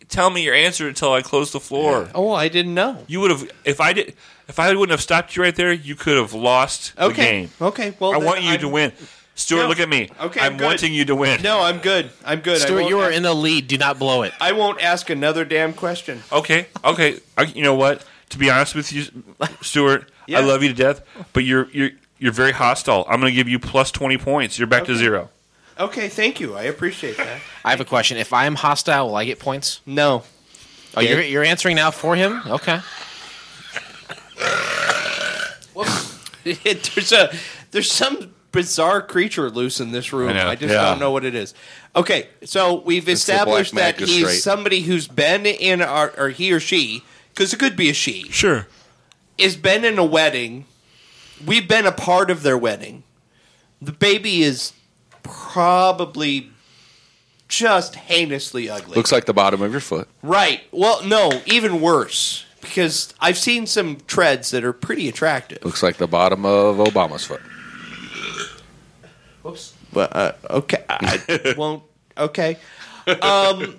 Speaker 3: tell me your answer until I close the floor.
Speaker 4: Oh, I didn't know.
Speaker 3: You would have if I did if I wouldn't have stopped you right there, you could have lost the
Speaker 4: Okay.
Speaker 3: game.
Speaker 4: Okay. Well,
Speaker 3: I
Speaker 4: then
Speaker 3: want you
Speaker 4: I'm-
Speaker 3: to win. Stuart,
Speaker 4: No.
Speaker 3: look at me.
Speaker 4: Okay,
Speaker 3: I'm
Speaker 4: good.
Speaker 3: wanting you to win.
Speaker 4: No, I'm good. I'm good. I
Speaker 2: Stuart,
Speaker 4: won't
Speaker 2: you are
Speaker 4: a-
Speaker 2: in the lead. Do not blow it.
Speaker 4: I won't ask another damn question.
Speaker 3: Okay, okay. I, you know what? To be honest with you, Stuart,
Speaker 4: Yeah.
Speaker 3: I love you to death, but you're you're you're very hostile. I'm going to give you plus twenty points. You're back to zero.
Speaker 4: Okay, thank you. I appreciate that.
Speaker 2: I have a question. If I am hostile, will I get points?
Speaker 4: No.
Speaker 2: Oh, you're, you're answering now for him? Okay.
Speaker 4: there's a there's some bizarre creature loose in this room.
Speaker 3: I know.
Speaker 4: I, just
Speaker 3: Yeah.
Speaker 4: don't know what it is. Okay, so we've
Speaker 5: the
Speaker 4: established
Speaker 5: black
Speaker 4: that he's
Speaker 5: magistrate.
Speaker 4: somebody who's been in our or he or she because it could be a she
Speaker 3: Sure.
Speaker 4: is been in a wedding. We've been a part of their wedding. The baby is probably just heinously ugly.
Speaker 5: Looks like the bottom of your foot.
Speaker 4: right. Well, no, even worse because I've seen some treads that are pretty attractive.
Speaker 5: Looks like the bottom of Obama's foot.
Speaker 4: But uh, okay, I I won't. Okay. Um.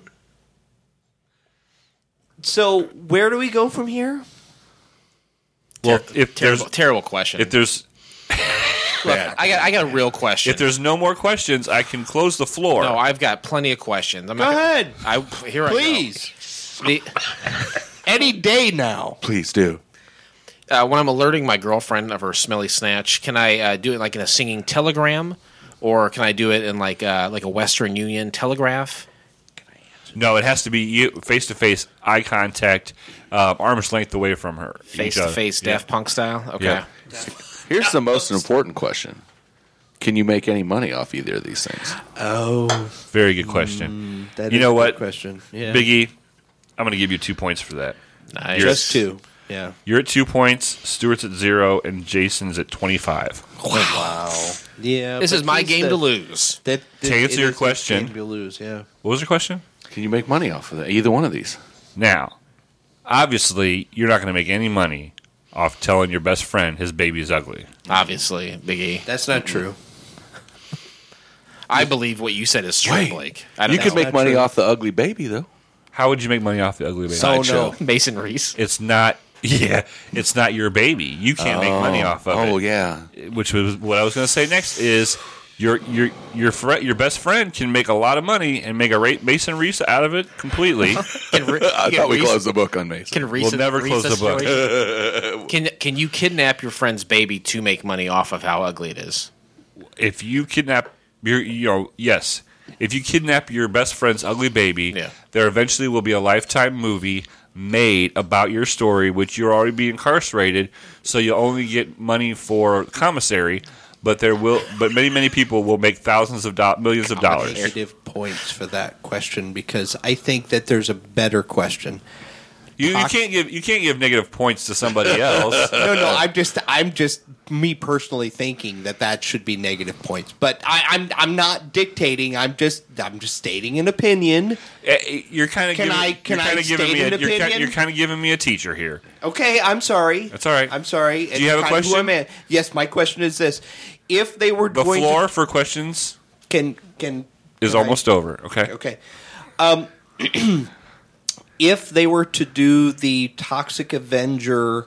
Speaker 4: So where do we go from here?
Speaker 3: Well, if there's
Speaker 2: Terrible, terrible question.
Speaker 3: if there's
Speaker 2: Look, I got I got a real question.
Speaker 3: if there's no more questions, I can close the floor.
Speaker 2: no, I've got plenty of questions. I'm
Speaker 4: Go
Speaker 2: not gonna-
Speaker 4: ahead.
Speaker 2: I here
Speaker 4: Please.
Speaker 2: I go. The,
Speaker 4: Any day now.
Speaker 5: Please do.
Speaker 2: uh, when I'm alerting my girlfriend of her smelly snatch, can I uh, do it like in a singing telegram, or can I do it in like uh, like a Western Union telegraph?
Speaker 3: No, it has to be you face to face, eye contact, um, arm's length away from her.
Speaker 2: Face
Speaker 3: Each
Speaker 2: to
Speaker 3: other.
Speaker 2: face,
Speaker 3: Yeah.
Speaker 2: Daft Punk style. Okay.
Speaker 3: Yeah.
Speaker 5: Here's the most important question. Can you make any money off either of these things?
Speaker 3: Very good question,
Speaker 4: That
Speaker 3: You
Speaker 4: is
Speaker 3: know
Speaker 4: a good
Speaker 3: what?
Speaker 4: question? Yeah.
Speaker 3: Biggie. I'm going to give you two points for that.
Speaker 2: Nice.
Speaker 4: Just two. Yeah.
Speaker 3: You're at two points. Stuart's at zero, and Jason's at twenty-five.
Speaker 4: Yeah.
Speaker 2: This
Speaker 4: but
Speaker 2: is my
Speaker 4: he's
Speaker 2: game
Speaker 4: the-
Speaker 2: to lose.
Speaker 4: That, that,
Speaker 3: To answer
Speaker 4: it
Speaker 3: your
Speaker 4: is his
Speaker 3: question.
Speaker 4: game to lose. Yeah.
Speaker 3: What was your question?
Speaker 5: Can you make money off of that? Either one of these.
Speaker 3: Now, obviously, you're not going to make any money off telling your best friend his baby's ugly.
Speaker 2: Obviously, Biggie.
Speaker 4: That's not true.
Speaker 2: I believe what you said is true, Blake. I don't
Speaker 5: You could
Speaker 2: know.
Speaker 5: make money off the ugly baby, though.
Speaker 3: How would you make money off the ugly baby?
Speaker 4: So- Oh, no.
Speaker 2: Mason Reese.
Speaker 3: It's not. Yeah, it's not your baby. You can't make money off of it.
Speaker 5: Oh, yeah.
Speaker 3: which was what I was going to say next is your your your fr- your best friend can make a lot of money and make a ra- Mason Reese out of it completely.
Speaker 2: Can, Re-
Speaker 5: I
Speaker 2: can
Speaker 5: thought we
Speaker 2: Reese-
Speaker 5: closed the book on Mason.
Speaker 2: Can Reese
Speaker 3: We'll never
Speaker 2: Reese
Speaker 3: close the book.
Speaker 2: situation- can Can you kidnap your friend's baby to make money off of how ugly it is?
Speaker 3: if you kidnap your you know yes, if you kidnap your best friend's ugly baby,
Speaker 2: Yeah.
Speaker 3: there eventually will be a lifetime movie made about your story, which you're already be incarcerated, so you only get money for commissary. But there will, but many many people will make thousands of do- millions of dollars.
Speaker 4: Negative points for that question because I think that there's a better question.
Speaker 3: You, you can't give you can't give negative points to somebody else. Eh,
Speaker 4: No, no, I'm just, I'm just me personally thinking that that should be negative points, but I, I'm, I'm not dictating. I'm just, I'm just stating an opinion.
Speaker 3: Eh, eh, You're kind of
Speaker 4: Can
Speaker 3: giving,
Speaker 4: I- can
Speaker 3: you're kinda
Speaker 4: I
Speaker 3: giving
Speaker 4: state
Speaker 3: me a,
Speaker 4: an
Speaker 3: you're, ki-
Speaker 4: opinion?
Speaker 3: you're kind of giving me a teacher here.
Speaker 4: Okay, I'm sorry.
Speaker 3: That's all right.
Speaker 4: I'm sorry.
Speaker 3: Do you have a
Speaker 4: It's kind of who
Speaker 3: question?
Speaker 4: I'm at. Yes, my question is this: If they were
Speaker 3: The
Speaker 4: going
Speaker 3: floor
Speaker 4: to,
Speaker 3: for questions
Speaker 4: can can
Speaker 3: is
Speaker 4: can I-
Speaker 3: almost over. Okay.
Speaker 4: okay. Um, if they were to do the Toxic Avenger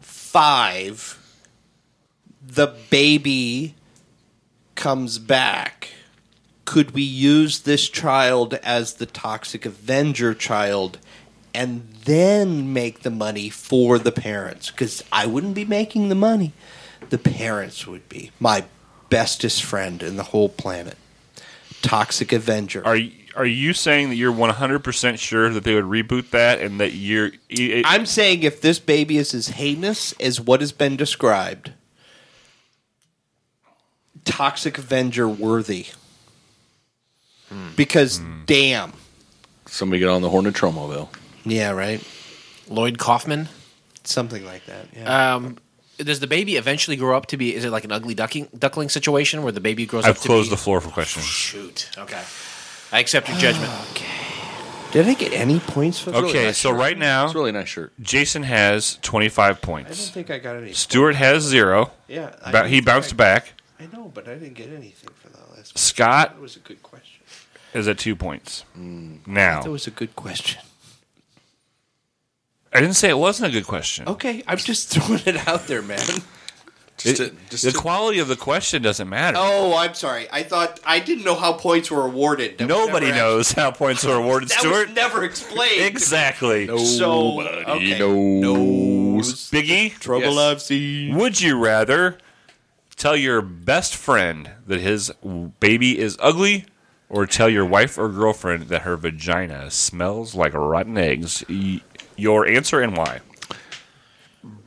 Speaker 4: five, the baby comes back. Could we use this child as the Toxic Avenger child? And then make the money for the parents because I wouldn't be making the money. The parents would be my bestest friend in the whole planet. Toxic Avenger.
Speaker 3: Are you, are you saying that you're 100 percent sure that they would reboot that and that you're? It,
Speaker 4: I'm saying if this baby is as heinous as what has been described, Toxic Avenger worthy. Because
Speaker 3: Hmm.
Speaker 4: damn.
Speaker 5: Somebody get on the horn of Tromaville.
Speaker 4: Yeah, right?
Speaker 2: Lloyd Kaufman.
Speaker 4: Something like that. Yeah.
Speaker 2: Um, does the baby eventually grow up to be? Is it like an ugly ducking, duckling situation where the baby grows
Speaker 3: I've
Speaker 2: up? to
Speaker 3: closed
Speaker 2: be,
Speaker 3: the floor for questions.
Speaker 2: Shoot. Okay. I accept your judgment.
Speaker 4: Did I get any points for that?
Speaker 3: Okay, so right now
Speaker 5: It's a really nice shirt.
Speaker 3: Jason has 25
Speaker 4: I don't
Speaker 3: points.
Speaker 4: think I got any.
Speaker 3: Stuart has zero.
Speaker 4: Yeah. I
Speaker 3: Ba- he
Speaker 4: think
Speaker 3: bounced
Speaker 4: I-
Speaker 3: back.
Speaker 4: I know, but I didn't get anything for that last one.
Speaker 3: Scott
Speaker 4: That was a good question.
Speaker 3: is at two points. Now
Speaker 4: Hmm. That was a good question.
Speaker 3: I didn't say it wasn't a good question.
Speaker 4: Okay, I'm just throwing it out there, man.
Speaker 5: Just
Speaker 3: It-
Speaker 5: to- just
Speaker 3: the
Speaker 5: to-
Speaker 3: quality of the question doesn't matter.
Speaker 4: Oh, I'm sorry. I thought I didn't know how points were awarded. That was
Speaker 3: Nobody
Speaker 4: never
Speaker 3: knows how points are awarded,
Speaker 4: That
Speaker 3: Stuart.
Speaker 4: was never explained.
Speaker 3: exactly.
Speaker 4: So,
Speaker 5: Nobody
Speaker 4: okay.
Speaker 5: knows.
Speaker 3: Biggie,
Speaker 4: Trouble
Speaker 5: Yes.
Speaker 4: I've seen.
Speaker 3: would you rather tell your best friend that his baby is ugly or tell your wife or girlfriend that her vagina smells like rotten eggs? Y- Your answer and why?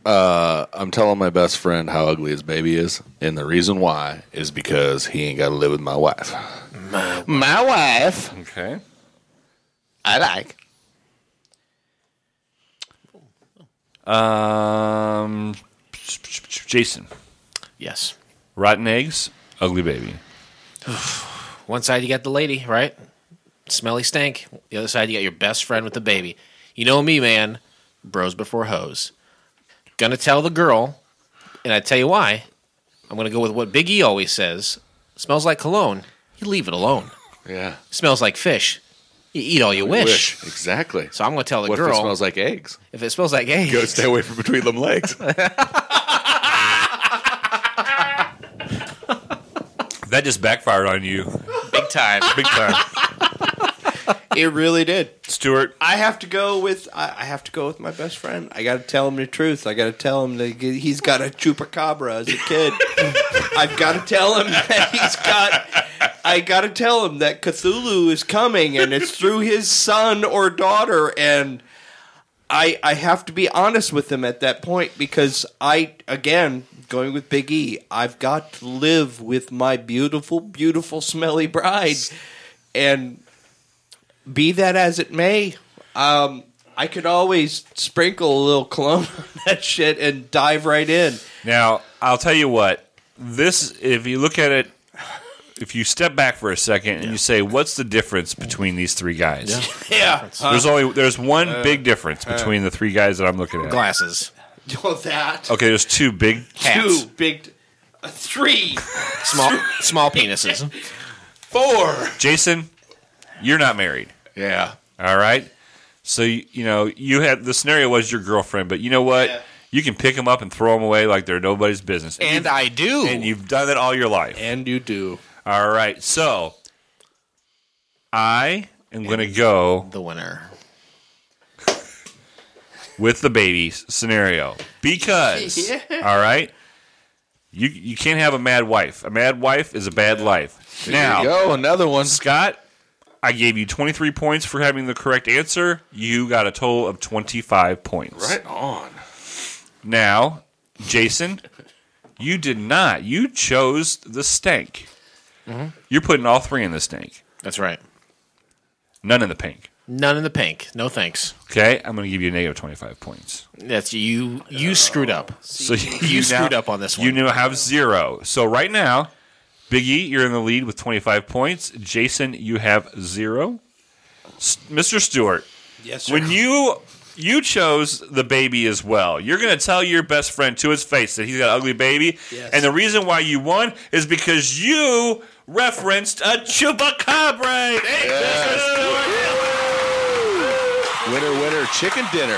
Speaker 5: I'm telling my best friend how ugly his baby is, and the reason why is because he ain't got to live with my wife. My wife,
Speaker 3: Okay.
Speaker 5: I like.
Speaker 3: Um, Jason,
Speaker 2: Yes.
Speaker 3: rotten eggs, ugly baby.
Speaker 2: One side you got the lady, right? Smelly stank. The other side you got your best friend with the baby. You know me, man. Bros before hoes. Gonna tell the girl, and I tell you why. I'm gonna go with what Big E always says. Smells like cologne. You leave it alone.
Speaker 5: Yeah.
Speaker 2: Smells like fish. You eat all you wish.
Speaker 5: Exactly.
Speaker 2: So I'm gonna tell the
Speaker 5: what
Speaker 2: girl
Speaker 5: if it smells like eggs?
Speaker 2: if it smells like eggs.
Speaker 5: Go stay away from between them legs.
Speaker 3: That just backfired on you,
Speaker 2: big time.
Speaker 3: big time,
Speaker 4: It really did.
Speaker 3: Stuart.
Speaker 4: I have to go with I I have to go with my best friend. I got to tell him the truth. I got to tell him that he- he's got a chupacabra as a kid. I've got to tell him that he's got. I got to tell him that Cthulhu is coming, and it's through his son or daughter. And I I have to be honest with him at that point because I again going with Big E. I've got to live with my beautiful, beautiful, smelly bride, and be that as it may, um, I could always sprinkle a little cologne on that shit and dive right in.
Speaker 3: Now I'll tell you what. This, if you look at it, if you step back for a second and you say, "What's the difference between these three guys?"
Speaker 4: Yeah.
Speaker 3: There's only there's one big difference between the three guys that I'm looking at.
Speaker 2: Glasses.
Speaker 4: Well, that.
Speaker 3: Okay, there's two big.
Speaker 2: Hats.
Speaker 4: Two big. Uh, three.
Speaker 2: Small small penises.
Speaker 4: Four.
Speaker 3: Jason, you're not married.
Speaker 5: yeah.
Speaker 3: All right. So you, you know you had the scenario was your girlfriend, but you know what?
Speaker 4: Yeah.
Speaker 3: You can pick them up and throw them away like they're nobody's business.
Speaker 2: And
Speaker 3: You've-
Speaker 2: I do.
Speaker 3: and you've done it all your life.
Speaker 4: And you do.
Speaker 3: All right. So I am going to go
Speaker 2: the winner.
Speaker 3: with the baby s- scenario because all right. You you can't have a mad wife. A mad wife is a bad life. now,
Speaker 5: Go another one.
Speaker 3: Scott, I gave you 23 points for having the correct answer. You got a total of 25 points.
Speaker 5: Right on.
Speaker 3: Now, Jason, you did not. You chose the stank.
Speaker 4: Mm-hmm.
Speaker 3: You're putting all three in the stank,
Speaker 2: That's right.
Speaker 3: none in the pink.
Speaker 2: None in the pink. No thanks.
Speaker 3: Okay, I'm going to give you a negative 25 points.
Speaker 2: That's you. You screwed up.
Speaker 3: So you,
Speaker 2: You screwed
Speaker 3: now-
Speaker 2: up on this
Speaker 3: You
Speaker 2: one.
Speaker 3: now have zero. So right now, Biggie, you're in the lead with 25 points. Jason, you have zero. S- Mr. Stewart,
Speaker 4: Yes,
Speaker 3: when you you chose the baby as well you're going to tell your best friend to his face that he's got an ugly baby
Speaker 4: Yes.
Speaker 3: and the reason why you won is because you referenced a chupacabra Hey,
Speaker 5: Winner, winner, chicken dinner.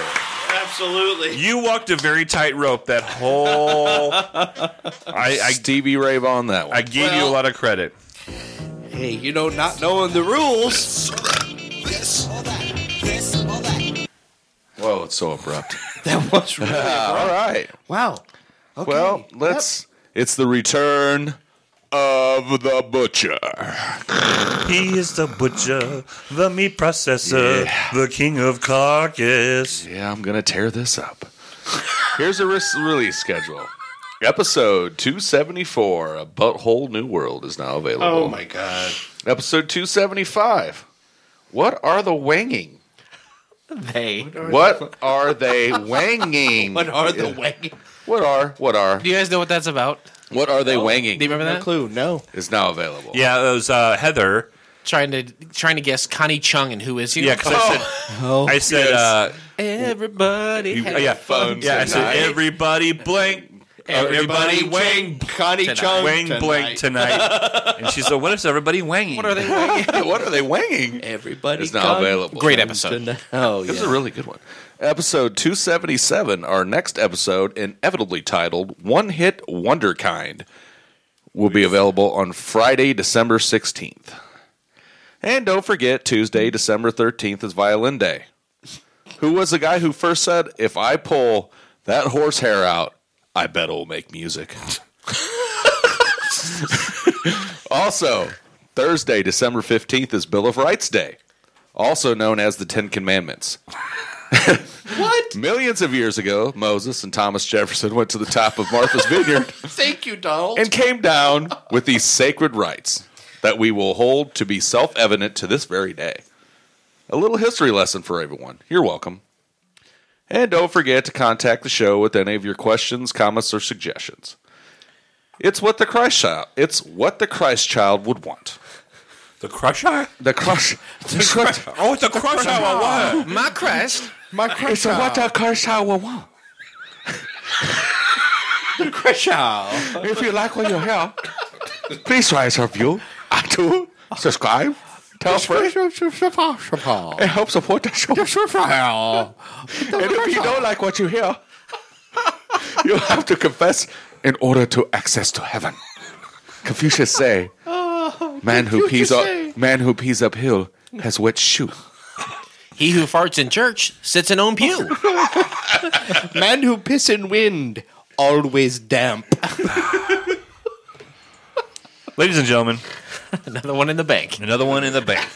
Speaker 4: Absolutely.
Speaker 3: you walked a very tight rope that whole i I,
Speaker 5: Stevie Ray on that one.
Speaker 3: I gave you a lot of credit
Speaker 4: Hey, you know, not knowing the rules,
Speaker 5: Whoa, it's so abrupt.
Speaker 4: that was really.
Speaker 5: All right.
Speaker 4: Wow. Okay.
Speaker 5: Well, let's. It's the return of the butcher.
Speaker 7: He is the butcher, the meat processor, the king of carcass.
Speaker 5: Yeah, I'm gonna tear this up. Here's a res- release schedule. Episode 274, A Butthole New World, is now available.
Speaker 4: Oh my god.
Speaker 5: Episode 275, What Are the Wanging?
Speaker 2: They.
Speaker 5: What are they wanging?
Speaker 4: What are the wagon?
Speaker 5: What are, what are,
Speaker 2: Do you guys know what that's about?
Speaker 5: what are they
Speaker 2: Do you
Speaker 5: wanging?
Speaker 2: remember that?
Speaker 4: clue. No.
Speaker 5: Is now available.
Speaker 3: yeah that was uh, heather
Speaker 2: Trying to trying to guess Connie Chung and who is he?
Speaker 3: yeah 'cause i said, I said
Speaker 2: everybody.
Speaker 3: uh,
Speaker 2: Oh. had
Speaker 3: yeah,
Speaker 5: fun
Speaker 3: yeah i said
Speaker 5: tonight.
Speaker 3: everybody blank everybody wang
Speaker 4: Connie Chung.
Speaker 3: wang blank tonight. and she's like, what is everybody wanging?
Speaker 2: What are they? wanging?
Speaker 5: what are they wanging?
Speaker 4: Everybody.
Speaker 5: It's now available.
Speaker 2: Great episode.
Speaker 4: Oh,
Speaker 5: This
Speaker 4: yeah.
Speaker 5: is a really good one. Episode 277, our next episode, inevitably titled One Hit Wonder Kind, will be available on Friday, December 16th. And don't forget, Tuesday, December 13th is Violin Day. Who was the guy who first said, If I pull that horse hair out, I bet it'll make music? also, Thursday, December 15th is Bill of Rights Day also known as the Ten Commandments.
Speaker 4: What?
Speaker 5: Millions of years ago, Moses and Thomas Jefferson went to the top of Martha's Vineyard
Speaker 4: Thank you, Donald.
Speaker 5: and came down with these sacred rites that we will hold to be self evident to this very day. A little history lesson for everyone. You're welcome. And don't forget to contact the show with any of your questions, comments, or suggestions. It's what the Christ child. It's what the Christ child would want.
Speaker 3: The crusher?
Speaker 5: The Christ. The Christ.
Speaker 3: Oh, it's a crusher. I want.
Speaker 2: My crest.
Speaker 4: My crush
Speaker 5: It's what the Christ child would want. If you like what you hear, please write a review, iTunes, subscribe, tell friends, and help support the show. And if you don't like what you hear, you have to confess in order to access to heaven. Confucius say, "Man who pees up, man who pees uphill has wet shoe."
Speaker 2: He who farts in church sits in own pew.
Speaker 4: Man who piss in wind, always damp.
Speaker 3: Ladies and gentlemen,
Speaker 2: Another one in the bank.
Speaker 3: another one in the bank.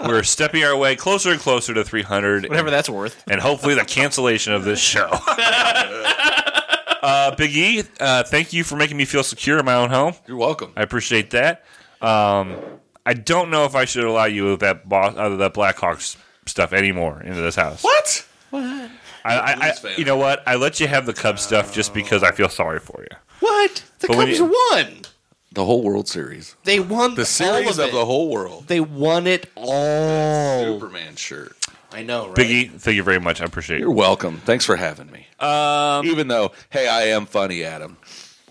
Speaker 3: We're stepping our way closer and closer to 300.
Speaker 2: Whatever that's worth.
Speaker 3: and hopefully the cancellation of this show. uh, Big E, uh, thank you for making me feel secure in my own home.
Speaker 5: You're welcome.
Speaker 3: I appreciate that. Um, I don't know if I should allow you with that boss out of that Blackhawks stuff anymore into this house.
Speaker 5: What?
Speaker 3: I, I, I,
Speaker 5: Blues fan.
Speaker 3: you know what? I let you have the Cubs stuff just because I feel sorry for you.
Speaker 4: What? The
Speaker 3: But when
Speaker 4: Cubs
Speaker 3: you-
Speaker 4: won.
Speaker 5: The whole World Series,
Speaker 4: They won
Speaker 5: the series
Speaker 4: all
Speaker 5: of,
Speaker 4: of, it.
Speaker 5: the whole world.
Speaker 4: They won it all.
Speaker 5: Superman shirt.
Speaker 4: I know, right?
Speaker 3: Big E, thank you very much. I appreciate
Speaker 5: You're
Speaker 3: it.
Speaker 5: welcome. Thanks for having me. Um, Even though, hey, I am funny, Adam.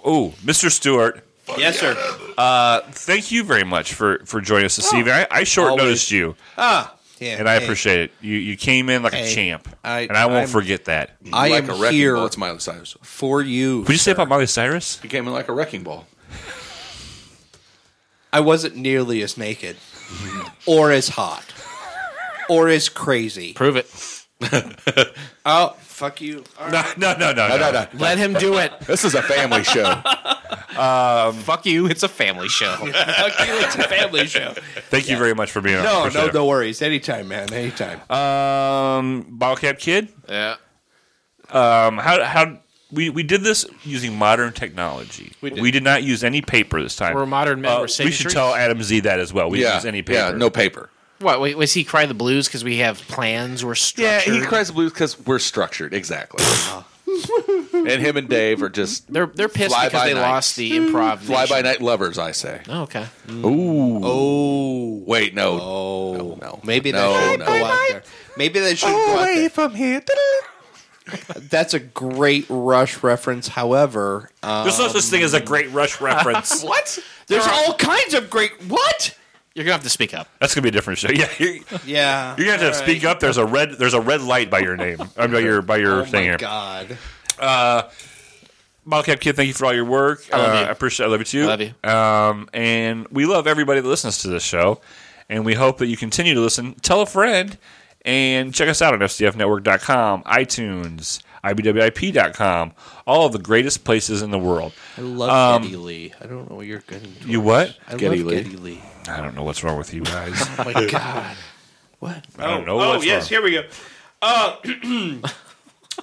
Speaker 3: Oh, Mr. Stewart,
Speaker 4: Yes, sir.
Speaker 3: thank you very much for, for joining us this evening. I, I short
Speaker 4: always.
Speaker 3: noticed you,
Speaker 4: Ah, yeah,
Speaker 3: and I
Speaker 4: hey,
Speaker 3: appreciate it. You you came in like a
Speaker 4: Hey,
Speaker 3: champ,
Speaker 4: I-
Speaker 3: and I won't
Speaker 4: I'm-
Speaker 3: forget that.
Speaker 4: I
Speaker 5: like
Speaker 4: am
Speaker 5: a wrecking
Speaker 4: here
Speaker 5: ball. It's Miley Cyrus.
Speaker 4: for you.
Speaker 3: Would you say about Miley Cyrus?
Speaker 5: He came in like a wrecking ball.
Speaker 4: I wasn't nearly as naked, or as hot, or as crazy.
Speaker 2: Prove it.
Speaker 4: Oh, fuck you! All
Speaker 3: No, no, no, no,
Speaker 5: No,
Speaker 3: no.
Speaker 5: no,
Speaker 2: Let him do it.
Speaker 5: This is a family show.
Speaker 2: Fuck you. It's a family show.
Speaker 4: right, fuck you! It's a family show.
Speaker 3: Thank you very much for being on.
Speaker 4: No,
Speaker 3: Appreciate
Speaker 4: no,
Speaker 3: it.
Speaker 4: no worries. Anytime, man. Anytime.
Speaker 3: Um, Bobcat Kid.
Speaker 2: yeah.
Speaker 3: Um, how how we we did this using modern technology. We did, not use any paper this time.
Speaker 2: We're modern men.
Speaker 3: Uh,
Speaker 2: We're
Speaker 3: we
Speaker 2: saving
Speaker 3: should
Speaker 2: trees.
Speaker 3: tell Adam Z that as well. We didn't
Speaker 5: yeah,
Speaker 3: use any paper.
Speaker 5: yeah, no paper.
Speaker 2: What? Wait, was he cry the blues because we have plans? We're
Speaker 5: Yeah,
Speaker 2: structured.
Speaker 5: he cries the blues because we're structured exactly. and him and Dave are just
Speaker 2: They're they're pissed
Speaker 5: Fly
Speaker 2: because
Speaker 5: by
Speaker 2: they
Speaker 5: night.
Speaker 2: lost the improv.
Speaker 5: fly
Speaker 2: nation.
Speaker 5: by night lovers. I say.
Speaker 2: Oh, okay.
Speaker 5: Ooh.
Speaker 4: oh,
Speaker 5: Wait, no.
Speaker 4: oh,
Speaker 5: no.
Speaker 4: Maybe
Speaker 5: No,
Speaker 4: that should
Speaker 5: no.
Speaker 4: go out there. Maybe that should go out there.
Speaker 5: from here.
Speaker 4: That's a great Rush reference. However, uh,
Speaker 3: There's no such thing as a great Rush reference.
Speaker 4: what? There's all kinds of great. What?
Speaker 2: You're gonna have to speak up.
Speaker 3: That's gonna be a different show. Yeah, you're,
Speaker 4: Yeah.
Speaker 3: you're gonna have to speak up. There's a red. There's a red light by your name. Or by your by your
Speaker 4: Oh
Speaker 3: thing
Speaker 4: my
Speaker 3: here.
Speaker 4: god.
Speaker 3: Bobcat Kid, thank you for all your work. I
Speaker 2: love
Speaker 3: uh,
Speaker 2: you.
Speaker 3: I appreciate. I love you too.
Speaker 2: I love you.
Speaker 3: Um, and we love everybody that listens to this show, and we hope that you continue to listen. Tell a friend and check us out on FCFnetwork.com, iTunes, IBWIP.com, all of the greatest places in the world.
Speaker 4: I love Geddy Lee. I don't know what you're getting. Towards.
Speaker 3: Um, You what?
Speaker 4: I
Speaker 5: Geddy
Speaker 4: love
Speaker 5: Lee.
Speaker 4: Geddy Lee.
Speaker 3: I don't know what's wrong with you guys.
Speaker 4: Oh my god. What?
Speaker 3: I don't know
Speaker 9: Oh,
Speaker 3: what's
Speaker 9: yes,
Speaker 3: wrong.
Speaker 9: here we go. Uh,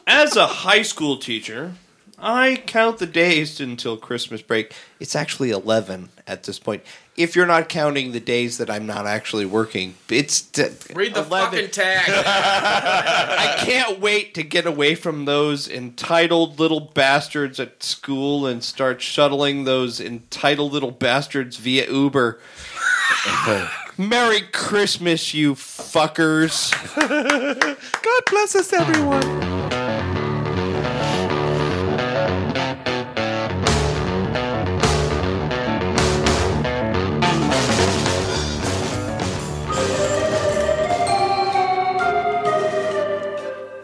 Speaker 9: as a high school teacher, I count the days until Christmas break.
Speaker 4: It's actually eleven at this point. If you're not counting the days that I'm not actually working, it's t-
Speaker 2: Read the
Speaker 4: 11.
Speaker 2: fucking tag.
Speaker 4: I can't wait to get away from those entitled little bastards at school and start shuttling those entitled little bastards via Uber. Merry Christmas, you fuckers.
Speaker 5: God bless us, everyone.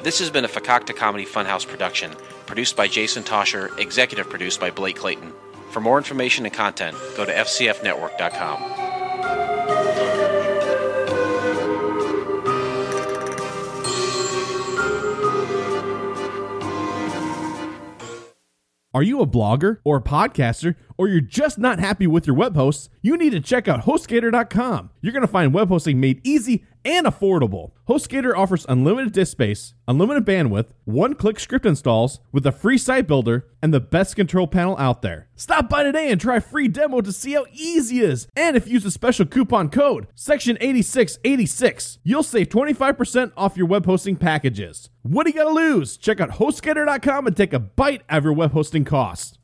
Speaker 2: This has been a Fakakta Comedy Funhouse production, produced by Jason Tosher, executive produced by Blake Clayton. For more information and content, go to fcfnetwork.com.
Speaker 8: Are you a blogger or a podcaster, or you're just not happy with your web hosts? You need to check out HostGator.com. You're going to find web hosting made easy and affordable. HostGator offers unlimited disk space, unlimited bandwidth, one click script installs with a free site builder, and the best control panel out there. Stop by today and try a free demo to see how easy it is. And if you use the special coupon code, section 8686, you'll save 25% off your web hosting packages. What do you got to lose? Check out HostGator.com and take a bite out of your web hosting costs.